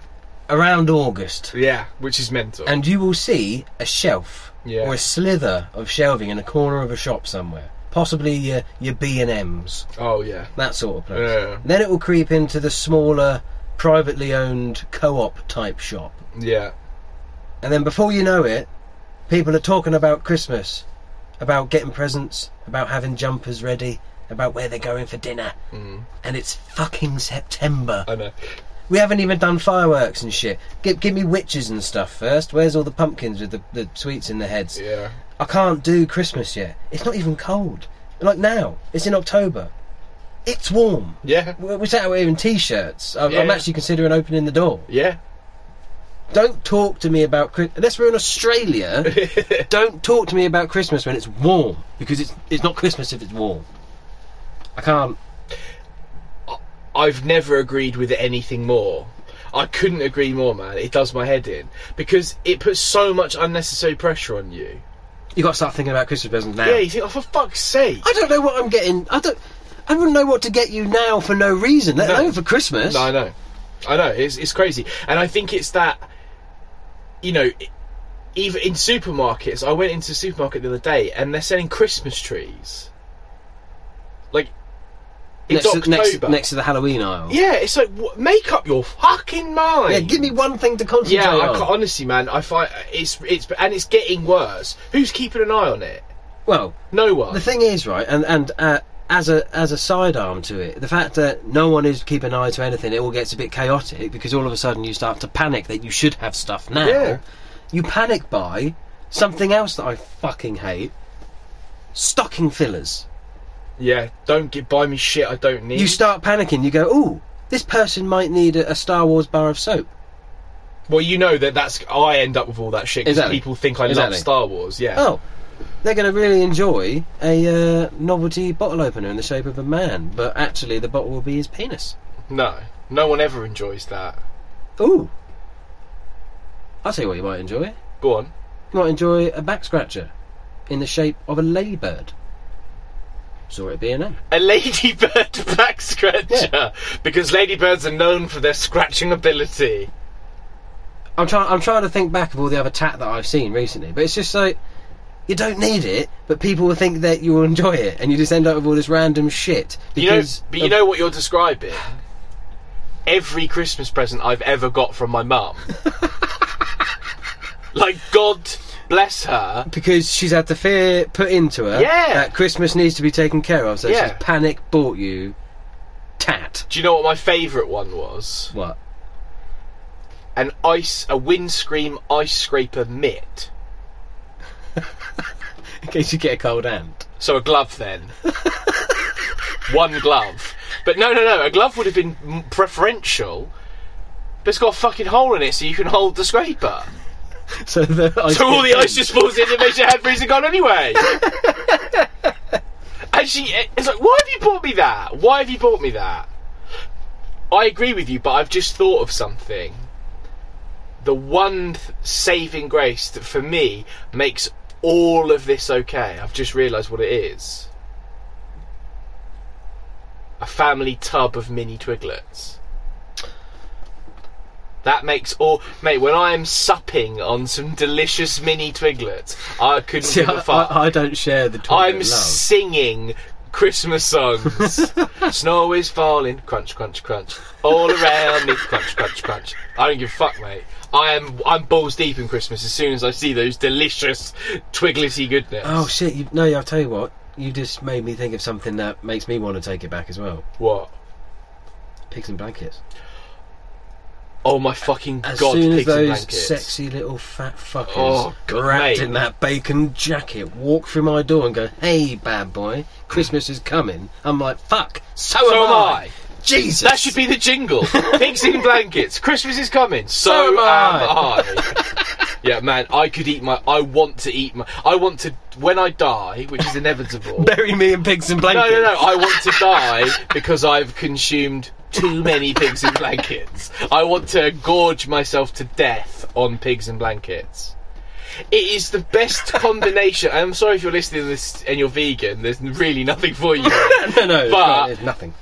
[SPEAKER 1] around August,
[SPEAKER 2] yeah, which is mental.
[SPEAKER 1] and you will see a shelf
[SPEAKER 2] Yeah.
[SPEAKER 1] or a slither of shelving in a corner of a shop somewhere. Possibly your, your B&M's,
[SPEAKER 2] oh yeah,
[SPEAKER 1] that sort of place.
[SPEAKER 2] Yeah.
[SPEAKER 1] Then it will creep into the smaller, privately owned co-op type shop.
[SPEAKER 2] yeah.
[SPEAKER 1] And then before you know it, people are talking about Christmas, about getting presents, about having jumpers ready, about where they're going for dinner.
[SPEAKER 2] Mm,
[SPEAKER 1] And it's fucking September.
[SPEAKER 2] I know.
[SPEAKER 1] We haven't even done fireworks and shit. Give, give me witches and stuff first. Where's all the pumpkins with the, the sweets in their heads?
[SPEAKER 2] Yeah,
[SPEAKER 1] I can't do Christmas yet. It's not even cold. Like now, it's in October. It's warm.
[SPEAKER 2] yeah,
[SPEAKER 1] We're we're sat out here in t-shirts. I'm, I'm
[SPEAKER 2] Yeah.
[SPEAKER 1] actually considering opening the door.
[SPEAKER 2] yeah.
[SPEAKER 1] Don't talk to me about Christmas. Unless we're in Australia, don't talk to me about Christmas when it's warm. Because it's it's not Christmas if it's warm. I can't.
[SPEAKER 2] I've never agreed with anything more. I couldn't agree more, man. It does my head in because it puts so much unnecessary pressure on you.
[SPEAKER 1] You got to start thinking about Christmas presents now.
[SPEAKER 2] Yeah, you think, oh, for fuck's sake.
[SPEAKER 1] I don't know what I'm getting. I don't. I wouldn't know what to get you now for no reason, let
[SPEAKER 2] No.
[SPEAKER 1] alone for Christmas.
[SPEAKER 2] No, I know, I know. It's it's crazy, and I think it's that, you know, e- even in supermarkets. I went into a supermarket the other day, and they're selling Christmas trees. Like, it's
[SPEAKER 1] next, to, next,
[SPEAKER 2] October.
[SPEAKER 1] next to the Halloween aisle.
[SPEAKER 2] yeah, it's like wha- make up your fucking mind.
[SPEAKER 1] Yeah, give me one thing to concentrate
[SPEAKER 2] Yeah, I
[SPEAKER 1] on.
[SPEAKER 2] ca- honestly, man, I find it's it's and it's getting worse. Who's keeping an eye on it?
[SPEAKER 1] Well,
[SPEAKER 2] No one.
[SPEAKER 1] the thing is, right, and and uh, as a as a sidearm to it, the fact that no one is keeping an eye to anything, it all gets a bit chaotic because all of a sudden you start to panic that you should have stuff now.
[SPEAKER 2] Yeah.
[SPEAKER 1] You panic by something else that I fucking hate: stocking fillers.
[SPEAKER 2] yeah, don't get buy me shit I don't need.
[SPEAKER 1] You start panicking. You go, "Ooh, this person might need a, a Star Wars bar of soap."
[SPEAKER 2] well, you know that that's I end up with all that shit because
[SPEAKER 1] Exactly.
[SPEAKER 2] people think I love
[SPEAKER 1] Exactly.
[SPEAKER 2] Star Wars. Yeah.
[SPEAKER 1] oh, they're going to really enjoy a uh, novelty bottle opener in the shape of a man, but actually the bottle will be his penis.
[SPEAKER 2] No, no one ever enjoys that.
[SPEAKER 1] Ooh. I'll tell you what you might enjoy. You
[SPEAKER 2] Go on.
[SPEAKER 1] might enjoy a back scratcher in the shape of a ladybird. Saw it at B&M.
[SPEAKER 2] A ladybird back scratcher because ladybirds are known for their scratching ability.
[SPEAKER 1] I'm trying. I'm trying to think back of all the other tat that I've seen recently, but it's just like you don't need it, but people will think that you will enjoy it, and you just end up with all this random shit.
[SPEAKER 2] You know,
[SPEAKER 1] Because
[SPEAKER 2] but you
[SPEAKER 1] of-
[SPEAKER 2] know what you're describing? Every Christmas present I've ever got from my mum. like, God bless her.
[SPEAKER 1] because she's had the fear put into her
[SPEAKER 2] Yeah.
[SPEAKER 1] that Christmas needs to be taken care of, so
[SPEAKER 2] Yeah.
[SPEAKER 1] she's panic bought you tat.
[SPEAKER 2] Do you know what my favourite one was?
[SPEAKER 1] What?
[SPEAKER 2] An ice, a windscreen ice scraper mitt.
[SPEAKER 1] In case you get a cold hand.
[SPEAKER 2] So a glove then. one glove. But no, no, no. A glove would have been m- preferential. But it's got a fucking hole in it so you can hold the scraper.
[SPEAKER 1] So the ice
[SPEAKER 2] So all the
[SPEAKER 1] gets in.
[SPEAKER 2] ice just falls in and makes your head freeze and gone anyway. and she, it's like, why have you bought me that? Why have you bought me that? I agree with you, but I've just thought of something. The one th- saving grace that for me makes all of this okay. I've just realised what it is. A family tub of mini twiglets. That makes all mate. When I am supping on some delicious mini twiglets, I couldn't
[SPEAKER 1] See,
[SPEAKER 2] give
[SPEAKER 1] I,
[SPEAKER 2] a fuck.
[SPEAKER 1] I, I don't share the toilet
[SPEAKER 2] I'm
[SPEAKER 1] love.
[SPEAKER 2] singing Christmas songs. Snow is falling, crunch, crunch, crunch, all around me, crunch, crunch, crunch. I don't give a fuck, mate. I am I'm balls deep in Christmas as soon as I see those delicious twiglety goodness.
[SPEAKER 1] Oh shit! You, no, I'll tell you what. You just made me think of something that makes me want to take it back as well.
[SPEAKER 2] what?
[SPEAKER 1] Pigs and blankets.
[SPEAKER 2] Oh my fucking
[SPEAKER 1] As
[SPEAKER 2] god!
[SPEAKER 1] soon
[SPEAKER 2] pigs
[SPEAKER 1] as those
[SPEAKER 2] and blankets.
[SPEAKER 1] sexy little fat fuckers
[SPEAKER 2] Oh, God,
[SPEAKER 1] wrapped
[SPEAKER 2] mate.
[SPEAKER 1] in that bacon jacket walk through my door and go, "Hey, bad boy, Christmas is coming," I'm like, "Fuck, so,
[SPEAKER 2] So
[SPEAKER 1] am,
[SPEAKER 2] am
[SPEAKER 1] I.
[SPEAKER 2] I.
[SPEAKER 1] Jesus,
[SPEAKER 2] That should be the jingle. Pigs in blankets. Christmas is coming. So,
[SPEAKER 1] So am
[SPEAKER 2] am
[SPEAKER 1] I.
[SPEAKER 2] I. yeah, man. I could eat my. I want to eat my. I want to when I die, which is inevitable.
[SPEAKER 1] bury me in pigs and
[SPEAKER 2] No,
[SPEAKER 1] blankets.
[SPEAKER 2] no, no. I want to die because I've consumed too many pigs in blankets. I want to gorge myself to death on pigs and blankets. It is the best combination. I'm sorry if you're listening to this and you're vegan. There's really nothing for you.
[SPEAKER 1] no, no, it's
[SPEAKER 2] But-
[SPEAKER 1] not- it's nothing.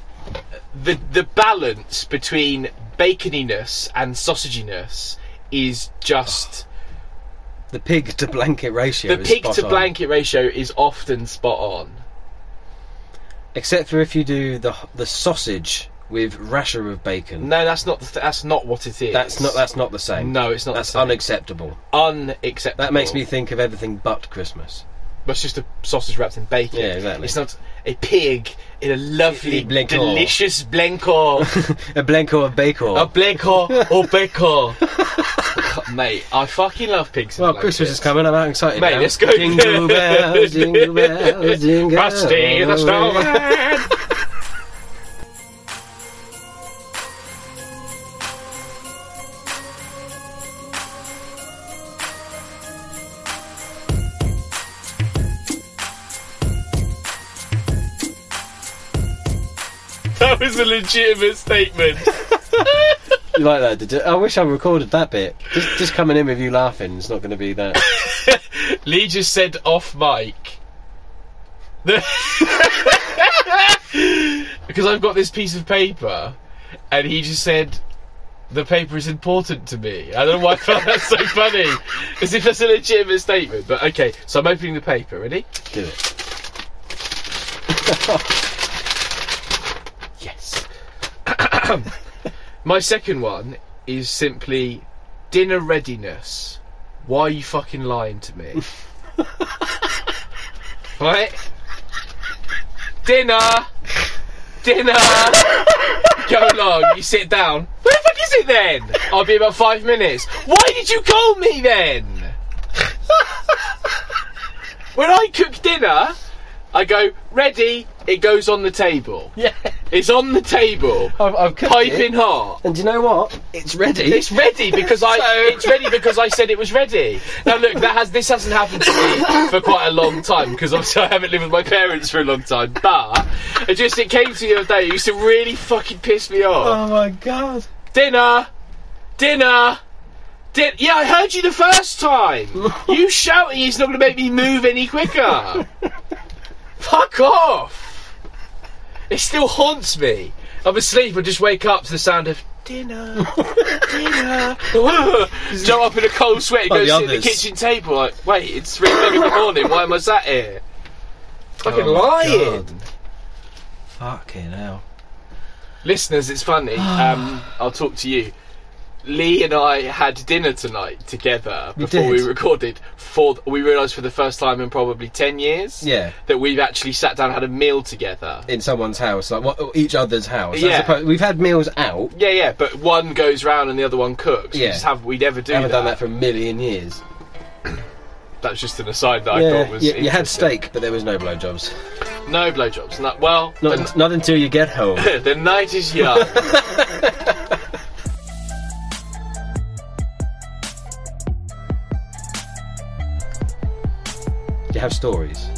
[SPEAKER 2] the the balance between baconiness and sausaginess is just
[SPEAKER 1] The pig to blanket ratio.
[SPEAKER 2] the
[SPEAKER 1] is
[SPEAKER 2] pig
[SPEAKER 1] spot
[SPEAKER 2] to
[SPEAKER 1] on.
[SPEAKER 2] blanket ratio is often spot on.
[SPEAKER 1] except for if you do the the sausage with rasher of bacon.
[SPEAKER 2] No, that's not the th- that's not what it is.
[SPEAKER 1] That's not that's not the same.
[SPEAKER 2] no, it's not.
[SPEAKER 1] that's
[SPEAKER 2] the same.
[SPEAKER 1] unacceptable.
[SPEAKER 2] unacceptable.
[SPEAKER 1] That makes me think of everything but Christmas.
[SPEAKER 2] That's just a sausage wrapped in bacon.
[SPEAKER 1] Yeah, exactly.
[SPEAKER 2] It's not a pig in a lovely,
[SPEAKER 1] Blanco.
[SPEAKER 2] delicious blanco,
[SPEAKER 1] A blanco of bacon.
[SPEAKER 2] a blanco or bacon. Mate, I fucking love pigs. in
[SPEAKER 1] well,
[SPEAKER 2] blankets.
[SPEAKER 1] Christmas is coming. I'm excited.
[SPEAKER 2] Mate,
[SPEAKER 1] now.
[SPEAKER 2] let's go.
[SPEAKER 1] Jingle bells, jingle bells, jingle
[SPEAKER 2] Rusty the
[SPEAKER 1] bells.
[SPEAKER 2] snowman. That was a legitimate statement.
[SPEAKER 1] You like that? Did you? I wish I recorded that bit. Just, just coming in with you laughing is not going to be that.
[SPEAKER 2] Lee just said off mic. because I've got this piece of paper, and he just said, The paper is important to me. I don't know why I found that so funny. As if that's a legitimate statement. But okay, so I'm opening the paper. Ready?
[SPEAKER 1] Do it.
[SPEAKER 2] Yes. My second one is simply dinner readiness. Why are you fucking lying to me? right? Dinner! Dinner! Go along, you sit down. Where the fuck is it then? I'll be about five minutes. Why did you call me then? when I cook dinner, I go, ready, it goes on the table.
[SPEAKER 1] Yeah.
[SPEAKER 2] It's on the table,
[SPEAKER 1] I've, I've cooked
[SPEAKER 2] piping
[SPEAKER 1] it.
[SPEAKER 2] hot.
[SPEAKER 1] And do you know what? It's ready.
[SPEAKER 2] It's ready because I.
[SPEAKER 1] So-
[SPEAKER 2] It's ready because I said it was ready. Now look, that has this hasn't happened to me for quite a long time because obviously I haven't lived with my parents for a long time. But it just it came to me the other day. It used to really fucking piss me off.
[SPEAKER 1] oh my god.
[SPEAKER 2] Dinner, dinner. Din- yeah, I heard you the first time. You shouting is not going to make me move any quicker. Fuck off. It still haunts me. I'm asleep. I just wake up to the sound of dinner, dinner. Joe up in a cold sweat,
[SPEAKER 1] Like
[SPEAKER 2] goes
[SPEAKER 1] the
[SPEAKER 2] sit at the
[SPEAKER 1] others.
[SPEAKER 2] kitchen table. Like, wait, it's three o'clock in the morning. Why am I sat here? Fucking
[SPEAKER 1] Oh my
[SPEAKER 2] lying.
[SPEAKER 1] God. Fucking hell.
[SPEAKER 2] Listeners, it's funny. um, I'll talk to you. Lee and I had dinner tonight together
[SPEAKER 1] You
[SPEAKER 2] before we
[SPEAKER 1] did.
[SPEAKER 2] recorded. For we realised for the first time in probably ten years
[SPEAKER 1] Yeah.
[SPEAKER 2] that we've actually sat down and had a meal together.
[SPEAKER 1] In someone's house, like what, each other's house. as
[SPEAKER 2] Yeah.
[SPEAKER 1] opposed- we've had meals out.
[SPEAKER 2] Yeah, yeah, but one goes round and the other one cooks. We
[SPEAKER 1] Yeah.
[SPEAKER 2] just have we never do
[SPEAKER 1] We haven't
[SPEAKER 2] that.
[SPEAKER 1] done that for a million years.
[SPEAKER 2] That's just an aside that I thought was.
[SPEAKER 1] you, you had
[SPEAKER 2] interesting.
[SPEAKER 1] steak, but there was no blowjobs.
[SPEAKER 2] No blowjobs. No, well,
[SPEAKER 1] Not, not until you get home.
[SPEAKER 2] the, the night is young.
[SPEAKER 1] you have stories.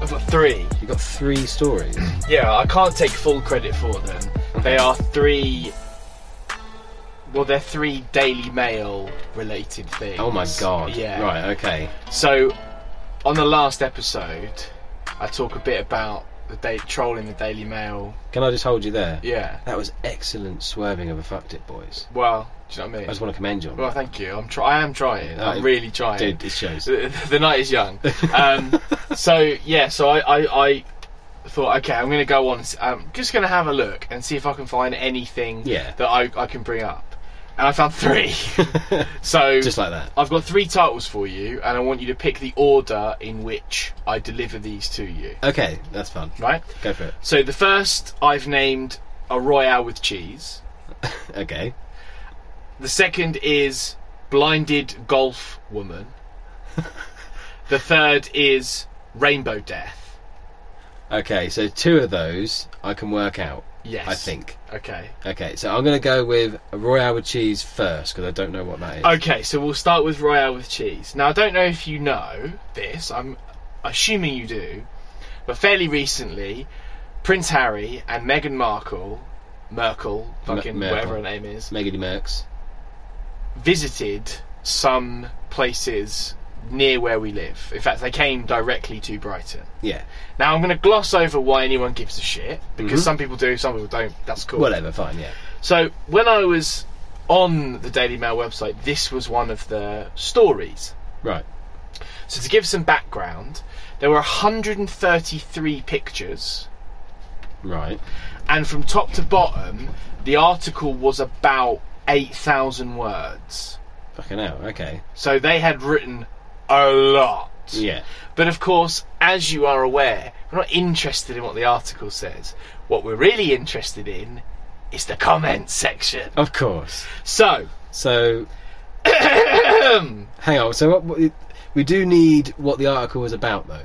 [SPEAKER 2] I've got three.
[SPEAKER 1] You got three stories.
[SPEAKER 2] Yeah, I can't take full credit for them. They are three. Well, they're three Daily Mail related things.
[SPEAKER 1] Oh my god.
[SPEAKER 2] Yeah.
[SPEAKER 1] Right. Okay.
[SPEAKER 2] So, on the last episode, I talk a bit about the day trolling the Daily Mail.
[SPEAKER 1] Can I just hold you there?
[SPEAKER 2] Yeah.
[SPEAKER 1] That was excellent swerving of a fucked it, boys.
[SPEAKER 2] Well, do you know what I
[SPEAKER 1] I
[SPEAKER 2] mean?
[SPEAKER 1] just want to commend you on
[SPEAKER 2] Well,
[SPEAKER 1] that.
[SPEAKER 2] thank you. I'm try. I am trying.
[SPEAKER 1] Uh,
[SPEAKER 2] I'm really trying.
[SPEAKER 1] Dude, it shows.
[SPEAKER 2] the, the night is young. Um, so yeah, so I, I, I thought, okay, I'm going to go on. and s- I'm just going to have a look and see if I can find anything
[SPEAKER 1] Yeah.
[SPEAKER 2] that I, I can bring up. And I found three. so
[SPEAKER 1] Just like that.
[SPEAKER 2] I've got three titles for you, and I want you to pick the order in which I deliver these to you.
[SPEAKER 1] Okay, that's fun.
[SPEAKER 2] Right.
[SPEAKER 1] Go for it.
[SPEAKER 2] So the first I've named a Royale with cheese.
[SPEAKER 1] Okay.
[SPEAKER 2] The second is blinded golf woman. the third is rainbow death.
[SPEAKER 1] Okay, so two of those I can work out,
[SPEAKER 2] Yes.
[SPEAKER 1] I think.
[SPEAKER 2] Okay.
[SPEAKER 1] Okay, so I'm going to go with a Royale with cheese first because I don't know what that is.
[SPEAKER 2] Okay, so we'll start with Royale with cheese. Now, I don't know if you know this, I'm assuming you do, but fairly recently, Prince Harry and Meghan Markle, Merkel, fucking
[SPEAKER 1] Merkel.
[SPEAKER 2] whatever her name is,
[SPEAKER 1] Megany Mercs.
[SPEAKER 2] visited some places near where we live. In fact, they came directly to Brighton.
[SPEAKER 1] Yeah.
[SPEAKER 2] Now, I'm going to gloss over why anyone gives a shit, because
[SPEAKER 1] Mhm.
[SPEAKER 2] some people do, some people don't. That's cool.
[SPEAKER 1] Whatever, fine, yeah.
[SPEAKER 2] So when I was on the Daily Mail website, this was one of the stories.
[SPEAKER 1] Right.
[SPEAKER 2] So to give some background, there were 133 pictures,
[SPEAKER 1] Right.
[SPEAKER 2] and from top to bottom, the article was about 8,000 words.
[SPEAKER 1] Fucking hell, okay.
[SPEAKER 2] So they had written a lot.
[SPEAKER 1] Yeah.
[SPEAKER 2] But of course, as you are aware, we're not interested in what the article says. What we're really interested in is the comment section.
[SPEAKER 1] Of course.
[SPEAKER 2] So,
[SPEAKER 1] So. hang on, so what, what. We do need what the article was about, though.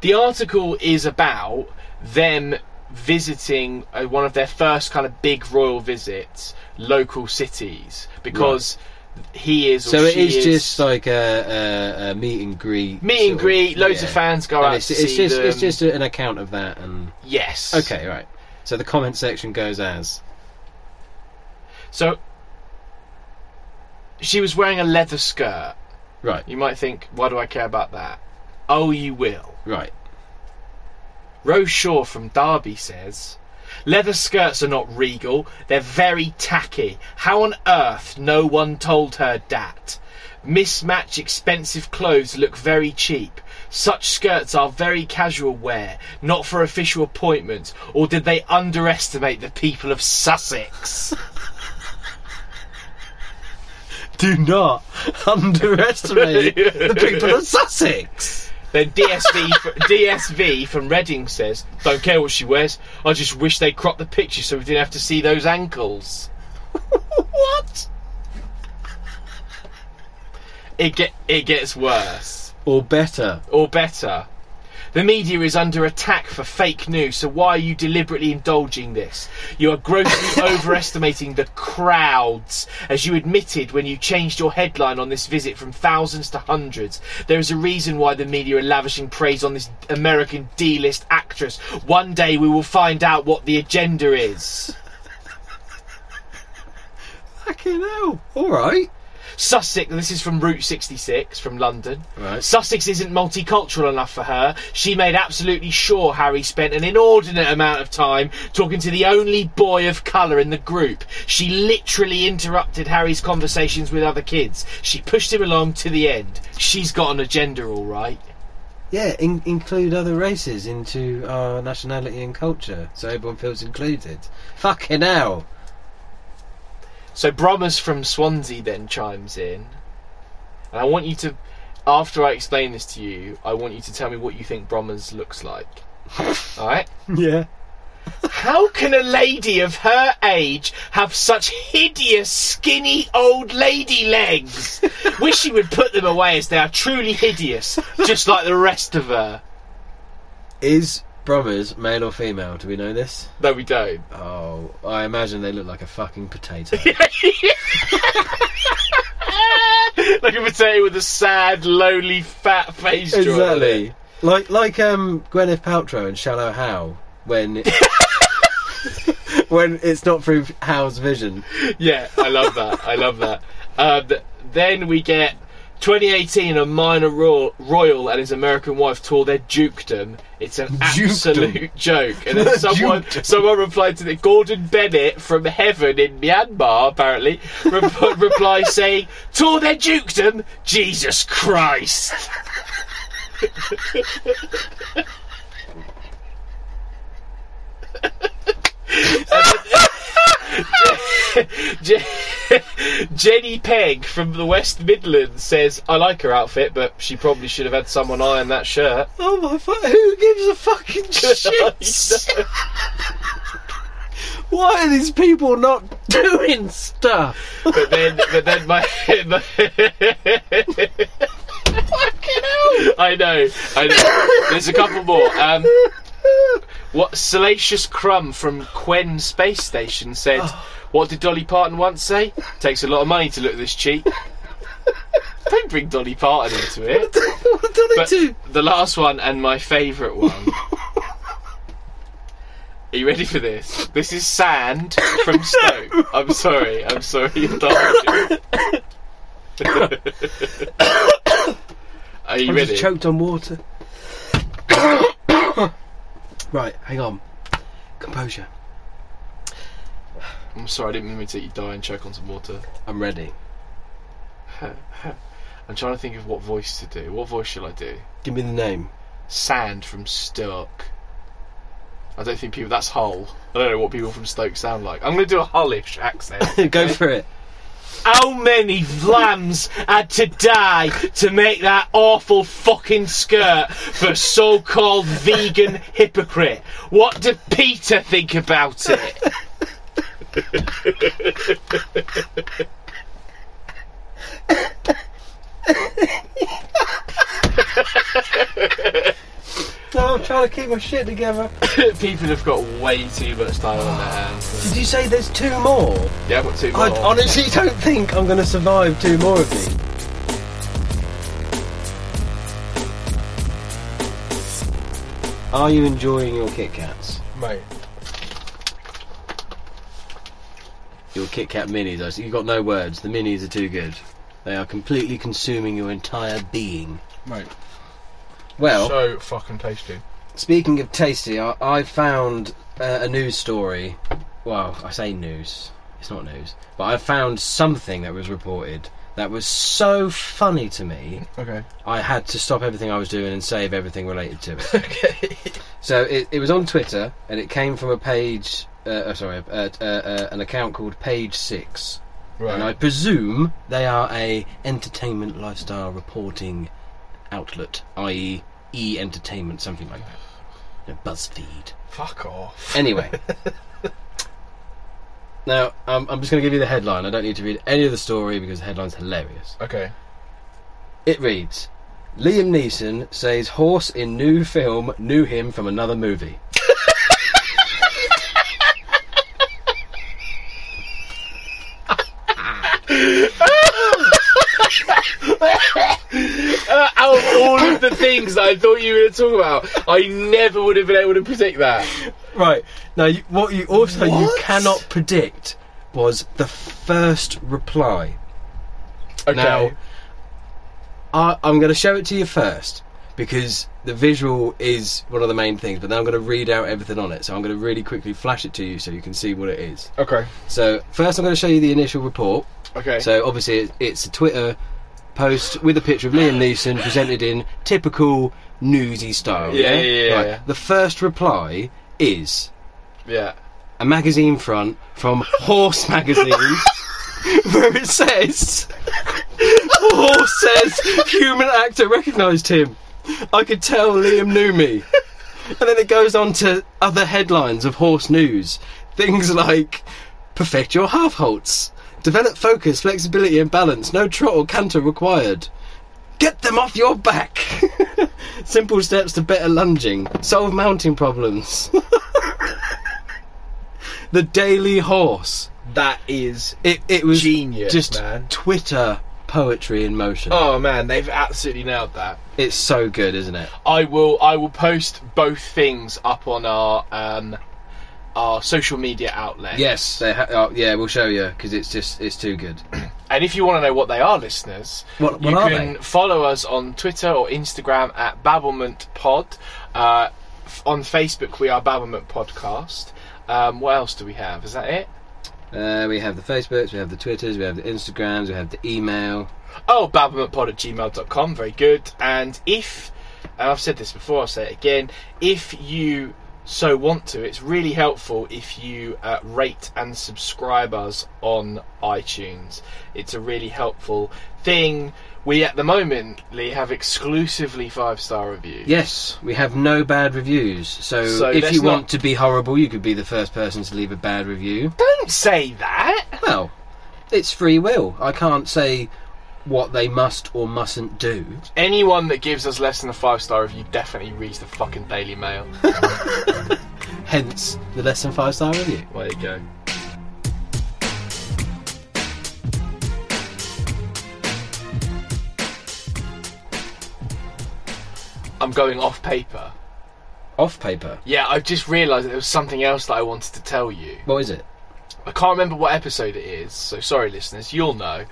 [SPEAKER 2] The article is about them visiting uh, one of their first kind of big royal visits, local cities, because he is. Or
[SPEAKER 1] So it
[SPEAKER 2] she
[SPEAKER 1] is just like a, a, a meet and greet.
[SPEAKER 2] meet
[SPEAKER 1] sort
[SPEAKER 2] and
[SPEAKER 1] of-
[SPEAKER 2] greet. Loads
[SPEAKER 1] yeah.
[SPEAKER 2] of fans go
[SPEAKER 1] And
[SPEAKER 2] out
[SPEAKER 1] it's,
[SPEAKER 2] to
[SPEAKER 1] it's
[SPEAKER 2] see
[SPEAKER 1] just
[SPEAKER 2] them.
[SPEAKER 1] it's just an account of that and
[SPEAKER 2] yes.
[SPEAKER 1] okay right so the comment section goes as
[SPEAKER 2] So she was wearing a leather skirt.
[SPEAKER 1] right
[SPEAKER 2] You might think, why do I care about that? Oh, you will.
[SPEAKER 1] right
[SPEAKER 2] Rose Shaw from Derby says, Leather skirts are not regal, they're very tacky. How on earth no one told her dat? Mismatch expensive clothes look very cheap. Such skirts are very casual wear, not for official appointments, or did they underestimate the people of Sussex?
[SPEAKER 1] do not underestimate the people of Sussex
[SPEAKER 2] Then DSV fr- DSV from Reading says, "Don't care what she wears. I just wish they cropped the picture so we didn't have to see those ankles."
[SPEAKER 1] what
[SPEAKER 2] It get it gets worse
[SPEAKER 1] or better
[SPEAKER 2] or better. The media is under attack for fake news, so why are you deliberately indulging this? You are grossly overestimating the crowds, as you admitted when you changed your headline on this visit from thousands to hundreds. There is a reason why the media are lavishing praise on this American D list actress. One day we will find out what the agenda is.
[SPEAKER 1] fucking hell all right
[SPEAKER 2] Sussex, this is from Route 66 from London.
[SPEAKER 1] Right.
[SPEAKER 2] Sussex isn't multicultural enough for her. She made absolutely sure Harry spent an inordinate amount of time talking to the only boy of colour in the group. She literally interrupted Harry's conversations with other kids. She pushed him along to the end. She's got an agenda, all right.
[SPEAKER 1] Yeah, in- include other races into our nationality and culture so everyone feels included. Fucking hell.
[SPEAKER 2] So Brommer's from Swansea then chimes in, and I want you to, after I explain this to you, I want you to tell me what you think Brommer's looks like. All right.
[SPEAKER 1] Yeah.
[SPEAKER 2] How can a lady of her age have such hideous, skinny old lady legs? Wish she would put them away, as they are truly hideous, just like the rest of her.
[SPEAKER 1] Is Brommers male or female? Do we know this?
[SPEAKER 2] No, we don't.
[SPEAKER 1] Oh, I imagine they look like a fucking potato.
[SPEAKER 2] like a potato with a sad, lonely, fat face. drawn on it.
[SPEAKER 1] exactly. Like like um Gwyneth Paltrow in Shallow How when when it's not through How's vision.
[SPEAKER 2] Yeah, I love that. I love that. Um, then we get 2018, a minor royal, royal and his American wife tour their dukedom. It's an
[SPEAKER 1] Dukedom.
[SPEAKER 2] absolute joke. And then someone,
[SPEAKER 1] Dukedom.
[SPEAKER 2] someone replied to the Gordon Bennett from heaven in Myanmar, apparently, re- reply saying, tour their dukedom? Jesus Christ. Je- Jenny Pegg from the West Midlands says, I like her outfit, but she probably should have had someone iron that shirt.
[SPEAKER 1] Oh my fuck! Who gives a fucking shit? Why are these people not doing stuff?
[SPEAKER 2] but then, but then my. my I know, I know. There's a couple more. Um, what Salacious Crumb from Quen Space Station said, What did Dolly Parton once say? Takes a lot of money to look this cheap. Don't bring Dolly Parton into it.
[SPEAKER 1] what do they
[SPEAKER 2] But
[SPEAKER 1] do?
[SPEAKER 2] the last one and my favourite one. Are you ready for this? This is sand from Stoke. I'm sorry. I'm sorry. You're laughing. Are you
[SPEAKER 1] I'm
[SPEAKER 2] ready?
[SPEAKER 1] just choked on water. right, hang on. Composure.
[SPEAKER 2] I'm sorry. I didn't mean to. You die and choke on some water.
[SPEAKER 1] I'm ready.
[SPEAKER 2] I'm trying to think of what voice to do. What voice shall I do?
[SPEAKER 1] Give me the name.
[SPEAKER 2] Sand from Stoke. I don't think people. That's Hull. I don't know what people from Stoke sound like. I'm going to do a Hullish accent.
[SPEAKER 1] Go for it.
[SPEAKER 2] How many lambs had to die to make that awful fucking skirt for a so called vegan hypocrite? What did Peter think about it?
[SPEAKER 1] No, I'm trying to keep my shit together.
[SPEAKER 2] People have got way too much time on their hands.
[SPEAKER 1] Did you say there's two more?
[SPEAKER 2] Yeah, I've got two more.
[SPEAKER 1] I honestly don't think I'm going to survive two more of these. Are you enjoying your Kit Kats?
[SPEAKER 2] Mate.
[SPEAKER 1] Your Kit Kat minis, I see. You've got no words. The minis are too good. They are completely consuming your entire being.
[SPEAKER 2] Mate.
[SPEAKER 1] Well,
[SPEAKER 2] So fucking tasty.
[SPEAKER 1] Speaking of tasty, I, I found uh, a news story. Well, I say news. It's not news. But I found something that was reported that was so funny to me,
[SPEAKER 2] Okay.
[SPEAKER 1] I had to stop everything I was doing and save everything related to it.
[SPEAKER 2] Okay.
[SPEAKER 1] so it, it was on Twitter, and it came from a page. Uh, uh, sorry, uh, uh, uh, an account called Page Six, and I presume they are a entertainment lifestyle reporting outlet, i.e., e entertainment, something like that. You know, Buzzfeed.
[SPEAKER 2] Fuck off.
[SPEAKER 1] Anyway. now, um, I'm just going to give you the headline. I don't need to read any of the story because the headline's hilarious.
[SPEAKER 2] Okay.
[SPEAKER 1] It reads Liam Neeson says horse in new film knew him from another movie.
[SPEAKER 2] Uh, out of all of the things that I thought you were going to talk about, I never would have been able to predict that.
[SPEAKER 1] Right. Now, you, what you also you
[SPEAKER 2] What?
[SPEAKER 1] cannot predict was the first reply.
[SPEAKER 2] Okay.
[SPEAKER 1] Now, I, I'm going to show it to you first because the visual is one of the main things, but then I'm going to read out everything on it. So I'm going to really quickly flash it to you so you can see what it is.
[SPEAKER 2] Okay.
[SPEAKER 1] So first, I'm going to show you the initial report.
[SPEAKER 2] Okay.
[SPEAKER 1] So obviously, it- it's a Twitter post with a picture of Liam Neeson presented in typical newsy style.
[SPEAKER 2] Yeah, yeah, yeah, yeah.
[SPEAKER 1] The first reply is
[SPEAKER 2] yeah.
[SPEAKER 1] a magazine front from Horse Magazine, where it says, Horse says human actor recognised him. I could tell Liam knew me. And then it goes on to other headlines of horse news. Things like, perfect your half halts, develop focus, flexibility, and balance, no trot or canter required. Get them off your back! Simple steps to better lunging, solve mounting problems. the Daily Horse.
[SPEAKER 2] That is.
[SPEAKER 1] It, it was
[SPEAKER 2] Genius,
[SPEAKER 1] just
[SPEAKER 2] man.
[SPEAKER 1] Twitter poetry in motion.
[SPEAKER 2] Oh man, they've absolutely nailed that.
[SPEAKER 1] It's so good, isn't it?
[SPEAKER 2] I will. I will post both things up on our um, our social media outlet.
[SPEAKER 1] Yes, they ha- oh, yeah, we'll show you because it's just it's too good.
[SPEAKER 2] And if you want to know what they are, listeners,
[SPEAKER 1] What- what
[SPEAKER 2] you
[SPEAKER 1] are
[SPEAKER 2] can
[SPEAKER 1] they?
[SPEAKER 2] follow us on Twitter or Instagram at Babblement Pod. Uh, f- on Facebook, we are Babblement Podcast. Um, what else do we have? Is that it?
[SPEAKER 1] Uh, we have the Facebooks, we have the Twitters, we have the Instagrams, we have the email.
[SPEAKER 2] Oh, babblementpod at gmail.com. Very good. And if, and I've said this before, I'll say it again, if you so want to, it's really helpful if you uh, rate and subscribe us on iTunes. It's a really helpful thing. We at the moment Lee, have exclusively five star reviews.
[SPEAKER 1] Yes, we have no bad reviews. So,
[SPEAKER 2] So
[SPEAKER 1] if
[SPEAKER 2] let's
[SPEAKER 1] you
[SPEAKER 2] not-
[SPEAKER 1] want to be horrible, you could be the first person to leave a bad review.
[SPEAKER 2] Don't say that.
[SPEAKER 1] Well, it's free will. I can't say what they must or mustn't do.
[SPEAKER 2] Anyone that gives us less than a five star review definitely reads the fucking Daily Mail.
[SPEAKER 1] Hence the less than five star review.
[SPEAKER 2] there you go. I'm going off paper.
[SPEAKER 1] Off paper.
[SPEAKER 2] Yeah, I just realised that there was something else that I wanted to tell you.
[SPEAKER 1] What is it?
[SPEAKER 2] I can't remember what episode it is, so sorry, listeners, you'll know.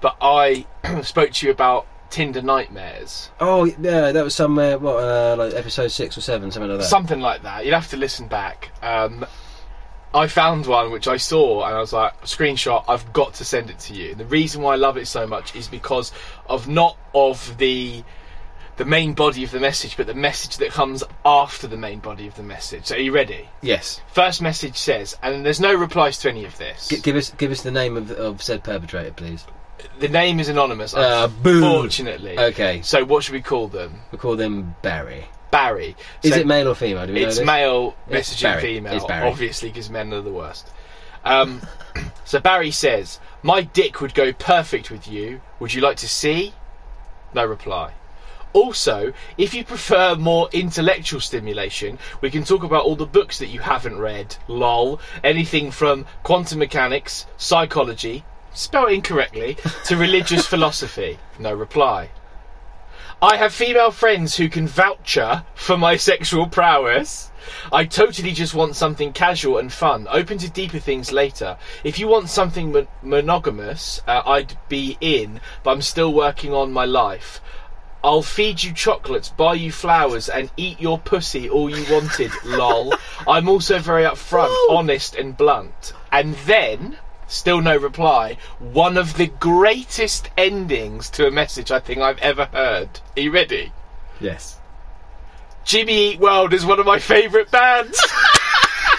[SPEAKER 2] But I spoke to you about Tinder nightmares,
[SPEAKER 1] Oh yeah, that was somewhere. What uh, like episode six or seven, something like that.
[SPEAKER 2] something like that. You'll have to listen back. Um, I found one which I saw and I was like, screenshot, I've got to send it to you. The reason why I love it so much is because of not of the the main body of the message, but the message that comes after the main body of the message. So are you ready?
[SPEAKER 1] yes.
[SPEAKER 2] First message says, and there's no replies to any of this.
[SPEAKER 1] G- give us give us the name of, of said perpetrator, please.
[SPEAKER 2] the name is anonymous,
[SPEAKER 1] Uh, boo.
[SPEAKER 2] unfortunately.
[SPEAKER 1] Okay,
[SPEAKER 2] So what should we call them?
[SPEAKER 1] we call them Barry.
[SPEAKER 2] Barry.
[SPEAKER 1] Is
[SPEAKER 2] So-
[SPEAKER 1] it male or female? Do we know
[SPEAKER 2] it's
[SPEAKER 1] this?
[SPEAKER 2] male
[SPEAKER 1] It's
[SPEAKER 2] messaging
[SPEAKER 1] Barry. It's
[SPEAKER 2] female,
[SPEAKER 1] Barry.
[SPEAKER 2] obviously, because men are the worst. Um, so Barry says, "My dick would go perfect with you. Would you like to see?" No reply. Also, if you prefer more intellectual stimulation, we can talk about all the books that you haven't read. Lol. Anything from quantum mechanics, psychology, spelled incorrectly, to religious philosophy. No reply. I have female friends who can voucher for my sexual prowess. I totally just want something casual and fun, open to deeper things later. If you want something mon- monogamous, uh, I'd be in, but I'm still working on my life. I'll feed you chocolates, buy you flowers, and eat your pussy all you wanted, lol. I'm also very upfront, honest, and blunt. And then, still no reply, one of the greatest endings to a message I think I've ever heard. Are you ready?
[SPEAKER 1] Yes.
[SPEAKER 2] Jimmy Eat World is one of my favourite bands.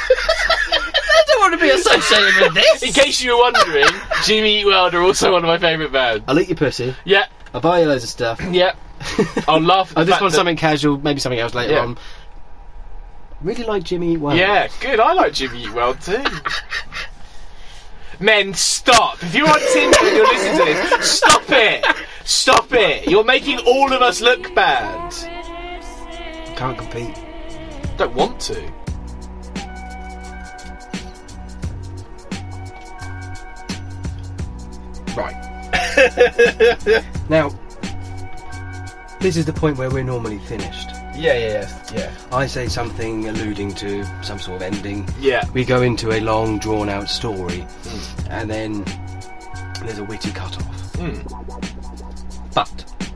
[SPEAKER 1] I don't want to be associated with
[SPEAKER 2] In
[SPEAKER 1] this.
[SPEAKER 2] case you were wondering, Jimmy Eat World are also one of my favourite bands.
[SPEAKER 1] I'll eat your pussy.
[SPEAKER 2] Yeah,
[SPEAKER 1] I'll buy you loads of stuff.
[SPEAKER 2] yeah. I'll laugh. At the
[SPEAKER 1] I just want
[SPEAKER 2] fact that-
[SPEAKER 1] something casual, maybe something else later
[SPEAKER 2] Yeah.
[SPEAKER 1] on. Really like Jimmy. Wow.
[SPEAKER 2] Yeah, good. I like Jimmy Eat World too. Men, stop! If you're on Tinder and you're listening to this, stop it! Stop it! You're making all of us look bad.
[SPEAKER 1] Can't compete.
[SPEAKER 2] Don't want to.
[SPEAKER 1] Right. now, this is the point where we're normally finished.
[SPEAKER 2] Yeah, yeah, yeah,
[SPEAKER 1] I say something alluding to some sort of ending.
[SPEAKER 2] yeah.
[SPEAKER 1] We go
[SPEAKER 2] Hmm.
[SPEAKER 1] into a long, drawn out story, and then there's a witty cut off.
[SPEAKER 2] Hmm.
[SPEAKER 1] But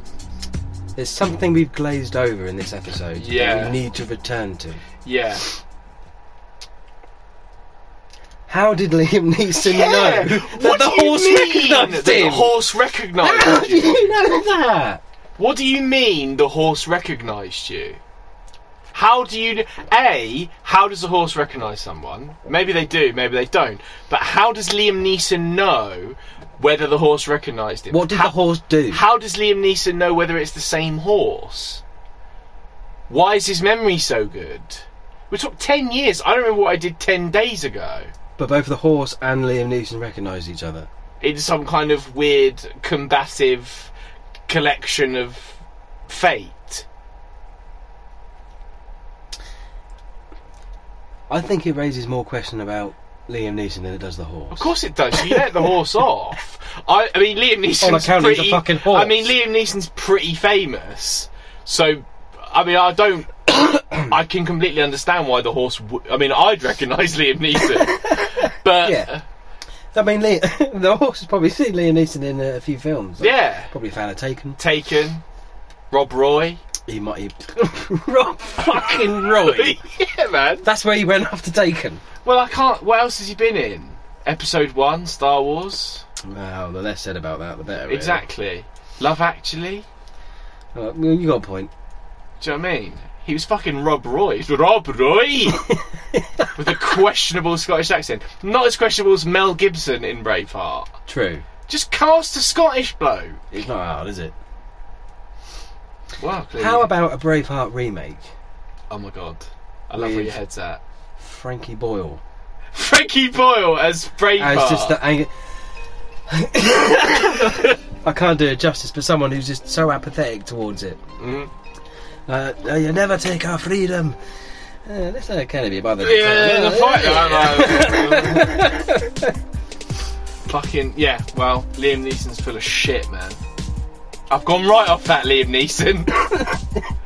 [SPEAKER 1] there's something we've glazed over in this episode
[SPEAKER 2] Yeah.
[SPEAKER 1] that we need to return to.
[SPEAKER 2] Yeah.
[SPEAKER 1] How did Liam Neeson know that
[SPEAKER 2] What
[SPEAKER 1] the
[SPEAKER 2] do you
[SPEAKER 1] horse
[SPEAKER 2] mean
[SPEAKER 1] recognised
[SPEAKER 2] that
[SPEAKER 1] him?
[SPEAKER 2] The horse
[SPEAKER 1] How
[SPEAKER 2] recognised
[SPEAKER 1] do
[SPEAKER 2] you.
[SPEAKER 1] you know that?
[SPEAKER 2] What do you mean the horse recognised you? How do you. A. How does a horse recognise someone? Maybe they do, maybe they don't. But how does Liam Neeson know whether the horse recognised him?
[SPEAKER 1] What did
[SPEAKER 2] how,
[SPEAKER 1] the horse do?
[SPEAKER 2] How does Liam Neeson know whether it's the same horse? Why is his memory so good? We took 10 years. I don't remember what I did 10 days ago.
[SPEAKER 1] But both the horse and Liam Neeson recognise each other.
[SPEAKER 2] in some kind of weird combative collection of fate.
[SPEAKER 1] I think it raises more question about Liam Neeson than it does the horse.
[SPEAKER 2] Of course it does. You let the horse off. I, I mean, Liam Neeson's
[SPEAKER 1] On account of the
[SPEAKER 2] pretty.
[SPEAKER 1] fucking horse.
[SPEAKER 2] I mean, Liam Neeson's pretty famous. So, I mean, I don't. I can completely understand why the horse. W- I mean, I'd recognise Liam Neeson, but
[SPEAKER 1] Yeah. I mean, Le- the horse has probably seen Liam Neeson in a few films.
[SPEAKER 2] yeah,
[SPEAKER 1] Probably a fan of Taken.
[SPEAKER 2] Taken, Rob Roy.
[SPEAKER 1] He might. He... Rob fucking Roy.
[SPEAKER 2] yeah, man.
[SPEAKER 1] That's where he went after Taken.
[SPEAKER 2] Well, I can't. What else has he been in? Episode one, Star Wars.
[SPEAKER 1] Well, the less said about that, the better. really.
[SPEAKER 2] Exactly. Love Actually.
[SPEAKER 1] Uh, well, you got a point.
[SPEAKER 2] Do you know what I mean? He was fucking Rob Roy. It's Rob Roy! With a questionable Scottish accent. Not as questionable as Mel Gibson in Braveheart.
[SPEAKER 1] True.
[SPEAKER 2] Just cast a Scottish bloke.
[SPEAKER 1] It's not hard, is it?
[SPEAKER 2] Wow, clearly.
[SPEAKER 1] How about a Braveheart remake?
[SPEAKER 2] Oh my god. I love where
[SPEAKER 1] With-
[SPEAKER 2] your head's at.
[SPEAKER 1] Frankie Boyle.
[SPEAKER 2] Frankie Boyle as Braveheart.
[SPEAKER 1] As just the anger. I can't do it justice, but someone who's just so apathetic towards it.
[SPEAKER 2] Mhm.
[SPEAKER 1] Uh, uh, you never take our freedom. Uh, that's not can be bothered.
[SPEAKER 2] Yeah,
[SPEAKER 1] Uh,
[SPEAKER 2] the fight. I know. Fucking yeah. Well, Liam Neeson's full of shit, man. I've gone right off that Liam Neeson.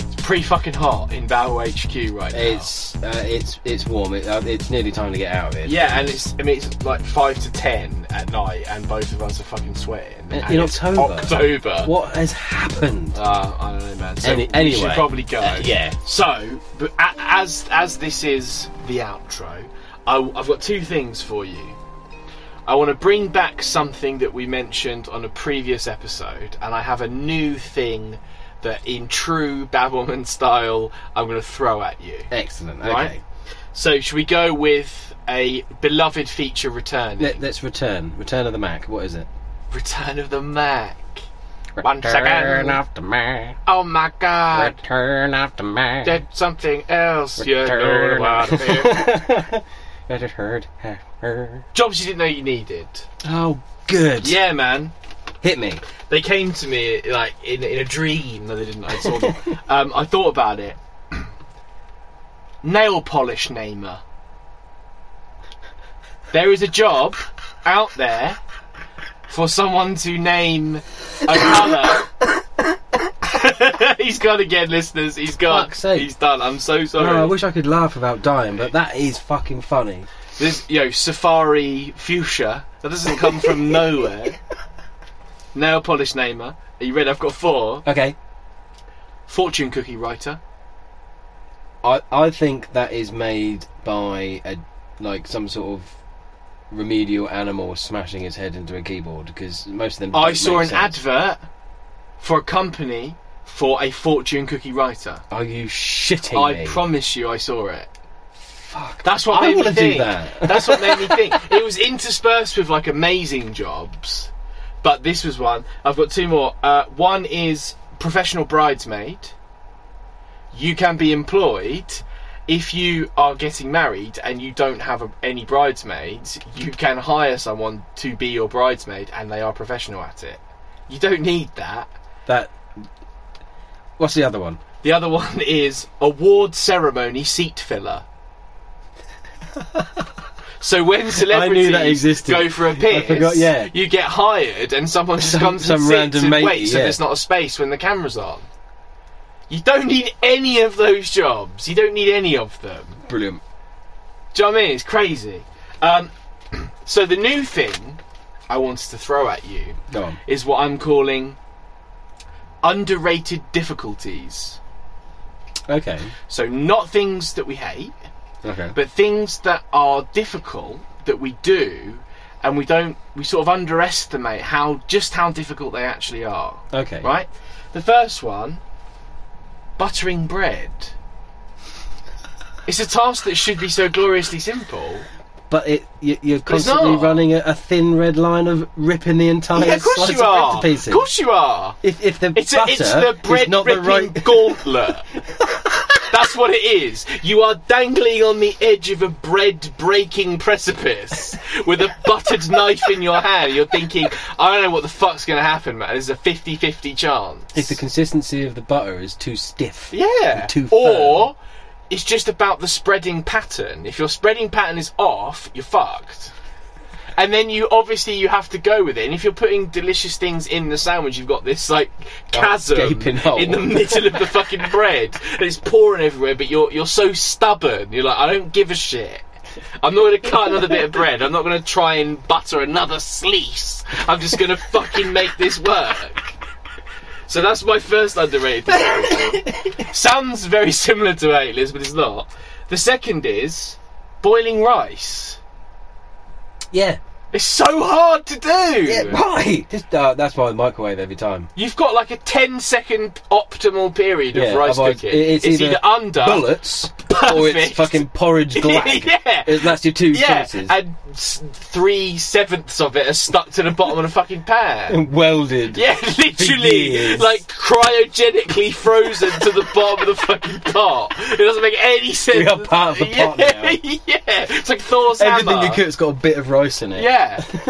[SPEAKER 2] It's Pretty fucking hot in Bow HQ right now.
[SPEAKER 1] It's uh, it's it's warm. It, uh, it's nearly time to get out of it.
[SPEAKER 2] yeah, and it's I mean it's like five to ten at night, and both of us are fucking sweating.
[SPEAKER 1] In-
[SPEAKER 2] and
[SPEAKER 1] in
[SPEAKER 2] it's
[SPEAKER 1] October?
[SPEAKER 2] October.
[SPEAKER 1] What has happened?
[SPEAKER 2] Uh, I don't know, man. So
[SPEAKER 1] Any-
[SPEAKER 2] we
[SPEAKER 1] anyway.
[SPEAKER 2] should probably go.
[SPEAKER 1] Uh, yeah.
[SPEAKER 2] So, but a- as as this is the outro, I, have got two things for you. I want to bring back something that we mentioned on a previous episode, and I have a new thing that, in true Babelman style, I'm going to throw at you.
[SPEAKER 1] Excellent. Okay.
[SPEAKER 2] Right. So, should we go with a beloved feature return?
[SPEAKER 1] Let, us return. Return of the Mac. What is it?
[SPEAKER 2] Return of the Mac. One
[SPEAKER 1] Return
[SPEAKER 2] second.
[SPEAKER 1] of the Mac.
[SPEAKER 2] Oh my god.
[SPEAKER 1] Return of the Mac.
[SPEAKER 2] did something else you know
[SPEAKER 1] Return.
[SPEAKER 2] about me.
[SPEAKER 1] Let it hurt. hurt, hurt.
[SPEAKER 2] Jobs you didn't know you needed.
[SPEAKER 1] Oh, good.
[SPEAKER 2] Yeah, man.
[SPEAKER 1] Hit me.
[SPEAKER 2] They came to me like in, in a dream. No, they didn't. I saw them. um, I thought about it. Nail polish namer. There is a job out there for someone to name a colour. he's gone again, listeners. He's gone.
[SPEAKER 1] Fuck's sake.
[SPEAKER 2] He's done. I'm so sorry.
[SPEAKER 1] Oh, I wish I could laugh without dying, but that is fucking funny.
[SPEAKER 2] This, you know, Safari Fuchsia. That doesn't come from nowhere. Nail polish namer. Are you ready? I've got four.
[SPEAKER 1] Okay.
[SPEAKER 2] Fortune cookie writer.
[SPEAKER 1] I I think that is made by a like some sort of remedial animal smashing his head into a keyboard because most of them.
[SPEAKER 2] I
[SPEAKER 1] don't
[SPEAKER 2] saw an
[SPEAKER 1] make sense.
[SPEAKER 2] advert for a company for a fortune cookie writer.
[SPEAKER 1] Are you shitting
[SPEAKER 2] I
[SPEAKER 1] me?
[SPEAKER 2] promise you, I saw it.
[SPEAKER 1] Fuck.
[SPEAKER 2] That's what
[SPEAKER 1] I
[SPEAKER 2] made
[SPEAKER 1] wanna
[SPEAKER 2] me
[SPEAKER 1] do
[SPEAKER 2] think.
[SPEAKER 1] that.
[SPEAKER 2] That's what made me think. It was interspersed with like amazing jobs, but this was one. I've got two more. Uh, one is professional bridesmaid. You can be employed if you are getting married and you don't have a, any bridesmaids. You can hire someone to be your bridesmaid, and they are professional at it. You don't need that.
[SPEAKER 1] that. What's the other one?
[SPEAKER 2] The other one is award ceremony seat filler. so when celebrities
[SPEAKER 1] that existed.
[SPEAKER 2] go for a
[SPEAKER 1] I
[SPEAKER 2] piss,
[SPEAKER 1] forgot, yeah.
[SPEAKER 2] you get hired and someone just
[SPEAKER 1] Some-
[SPEAKER 2] comes
[SPEAKER 1] some
[SPEAKER 2] and sits
[SPEAKER 1] random
[SPEAKER 2] and
[SPEAKER 1] matey,
[SPEAKER 2] waits so
[SPEAKER 1] yeah.
[SPEAKER 2] there's not a space when the camera's on. You don't need any of those jobs. You don't need any of them.
[SPEAKER 1] Brilliant.
[SPEAKER 2] Do you know what I mean? It's crazy. Um, so the new thing I wanted to throw at you
[SPEAKER 1] Go on.
[SPEAKER 2] is what I'm calling underrated difficulties.
[SPEAKER 1] Okay.
[SPEAKER 2] So not things that we hate,
[SPEAKER 1] Okay.
[SPEAKER 2] but things that are difficult that we do and we don't we sort of underestimate how just how difficult they actually are.
[SPEAKER 1] okay.
[SPEAKER 2] Right? The first one buttering bread. It's a task that should be so gloriously simple.
[SPEAKER 1] But it, you, you're constantly
[SPEAKER 2] not.
[SPEAKER 1] running a, a thin red line of ripping the entire
[SPEAKER 2] yeah, of course
[SPEAKER 1] slice
[SPEAKER 2] you
[SPEAKER 1] of bread
[SPEAKER 2] are.
[SPEAKER 1] to pieces.
[SPEAKER 2] Of course you are.
[SPEAKER 1] If, if the
[SPEAKER 2] It's, a,
[SPEAKER 1] butter
[SPEAKER 2] it's the
[SPEAKER 1] is
[SPEAKER 2] bread
[SPEAKER 1] not the
[SPEAKER 2] ripping
[SPEAKER 1] right,
[SPEAKER 2] gauntlet. That's what it is. You are dangling on the edge of a bread breaking precipice with a buttered knife in your hand. You're thinking, I don't know what the fuck's going to happen, man. There's a 50 50 chance.
[SPEAKER 1] if the consistency of the butter is too stiff,
[SPEAKER 2] Yeah.
[SPEAKER 1] too firm.
[SPEAKER 2] or it's just about the spreading pattern. If your spreading pattern is off, you're fucked. And then you obviously you have to go with it. And if you're putting delicious things in the sandwich, you've got this like chasm
[SPEAKER 1] gaping hole.
[SPEAKER 2] in the middle of the fucking bread, and it's pouring everywhere. But you're you're so stubborn. You're like, I don't give a shit. I'm not going to cut another bit of bread. I'm not going to try and butter another slice. I'm just going to fucking make this work. So that's my first underrated. difficulty. Sounds very similar to Atlas, but it's not. The second is boiling rice.
[SPEAKER 1] yeah,
[SPEAKER 2] It's so hard to do.
[SPEAKER 1] yeah, why? Just uh, that's why I microwave every time.
[SPEAKER 2] You've got like a 10 second optimal period
[SPEAKER 1] Yeah,
[SPEAKER 2] of rice
[SPEAKER 1] otherwise
[SPEAKER 2] cooking.
[SPEAKER 1] it- it's either
[SPEAKER 2] under
[SPEAKER 1] Bullets or it's
[SPEAKER 2] Ah. Perfect.
[SPEAKER 1] fucking porridge glack.
[SPEAKER 2] Yeah.
[SPEAKER 1] It- that's your two
[SPEAKER 2] yeah,
[SPEAKER 1] choices.
[SPEAKER 2] and s- three sevenths of it are stuck to the bottom of the fucking pan.
[SPEAKER 1] Welded.
[SPEAKER 2] Yeah, literally,
[SPEAKER 1] years.
[SPEAKER 2] like cryogenically frozen to the bottom of the fucking pot. It doesn't make any sense.
[SPEAKER 1] are part of the
[SPEAKER 2] yeah,
[SPEAKER 1] pot now.
[SPEAKER 2] yeah, it's like Thor's
[SPEAKER 1] Everything
[SPEAKER 2] hammer.
[SPEAKER 1] you cook's got a bit of rice in it.
[SPEAKER 2] Yeah,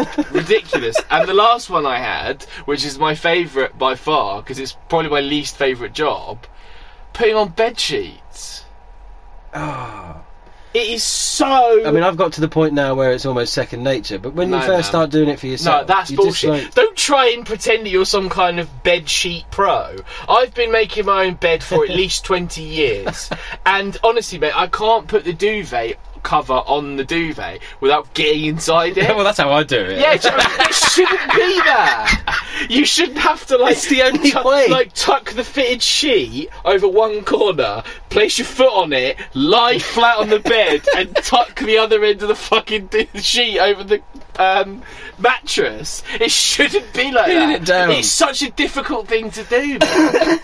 [SPEAKER 2] ridiculous. And the last one I had, which is my favourite by far, because it's probably my least favourite job, putting on bed sheets.
[SPEAKER 1] Ah.
[SPEAKER 2] It is so.
[SPEAKER 1] I mean, I've got to the point now where it's almost second nature. But when you
[SPEAKER 2] No,
[SPEAKER 1] first
[SPEAKER 2] no.
[SPEAKER 1] start doing it for
[SPEAKER 2] no,
[SPEAKER 1] yourself,
[SPEAKER 2] that's
[SPEAKER 1] you just,
[SPEAKER 2] bullshit.
[SPEAKER 1] like-
[SPEAKER 2] Don't try and pretend that you're some kind of bed sheet pro. I've been making my own bed for at least 20 years. And honestly, mate, I can't put the duvet cover on the duvet without getting inside it.
[SPEAKER 1] Yeah, well, that's how I do it.
[SPEAKER 2] Yeah, Joe, it shouldn't be there. You shouldn't have to like
[SPEAKER 1] It's the only
[SPEAKER 2] tuck,
[SPEAKER 1] way.
[SPEAKER 2] Like tuck the fitted sheet over one corner, place your foot on it, lie flat on the bed, and tuck the other end of the fucking d- sheet over the um, mattress. It shouldn't be like
[SPEAKER 1] Pin
[SPEAKER 2] that.
[SPEAKER 1] it down.
[SPEAKER 2] It's such a difficult thing to do. man.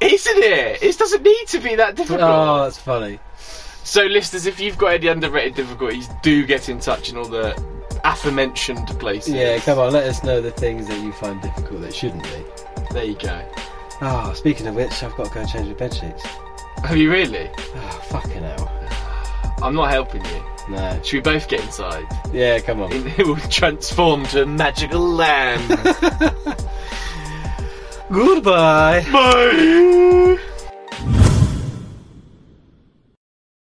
[SPEAKER 2] Isn't it? It doesn't need to be that difficult.
[SPEAKER 1] Oh, that's funny.
[SPEAKER 2] So, listeners, if you've got any underrated difficulties, do get in touch in all the aforementioned places.
[SPEAKER 1] Yeah, come on, let us know the things that you find difficult that shouldn't be.
[SPEAKER 2] There you go.
[SPEAKER 1] Ah, speaking of which, I've got to go change my bed sheets.
[SPEAKER 2] Have you really?
[SPEAKER 1] Oh, fucking hell.
[SPEAKER 2] I'm not helping you.
[SPEAKER 1] No.
[SPEAKER 2] Should we both get inside?
[SPEAKER 1] Yeah, come on.
[SPEAKER 2] And It will transform to a magical land.
[SPEAKER 1] Goodbye.
[SPEAKER 2] Bye!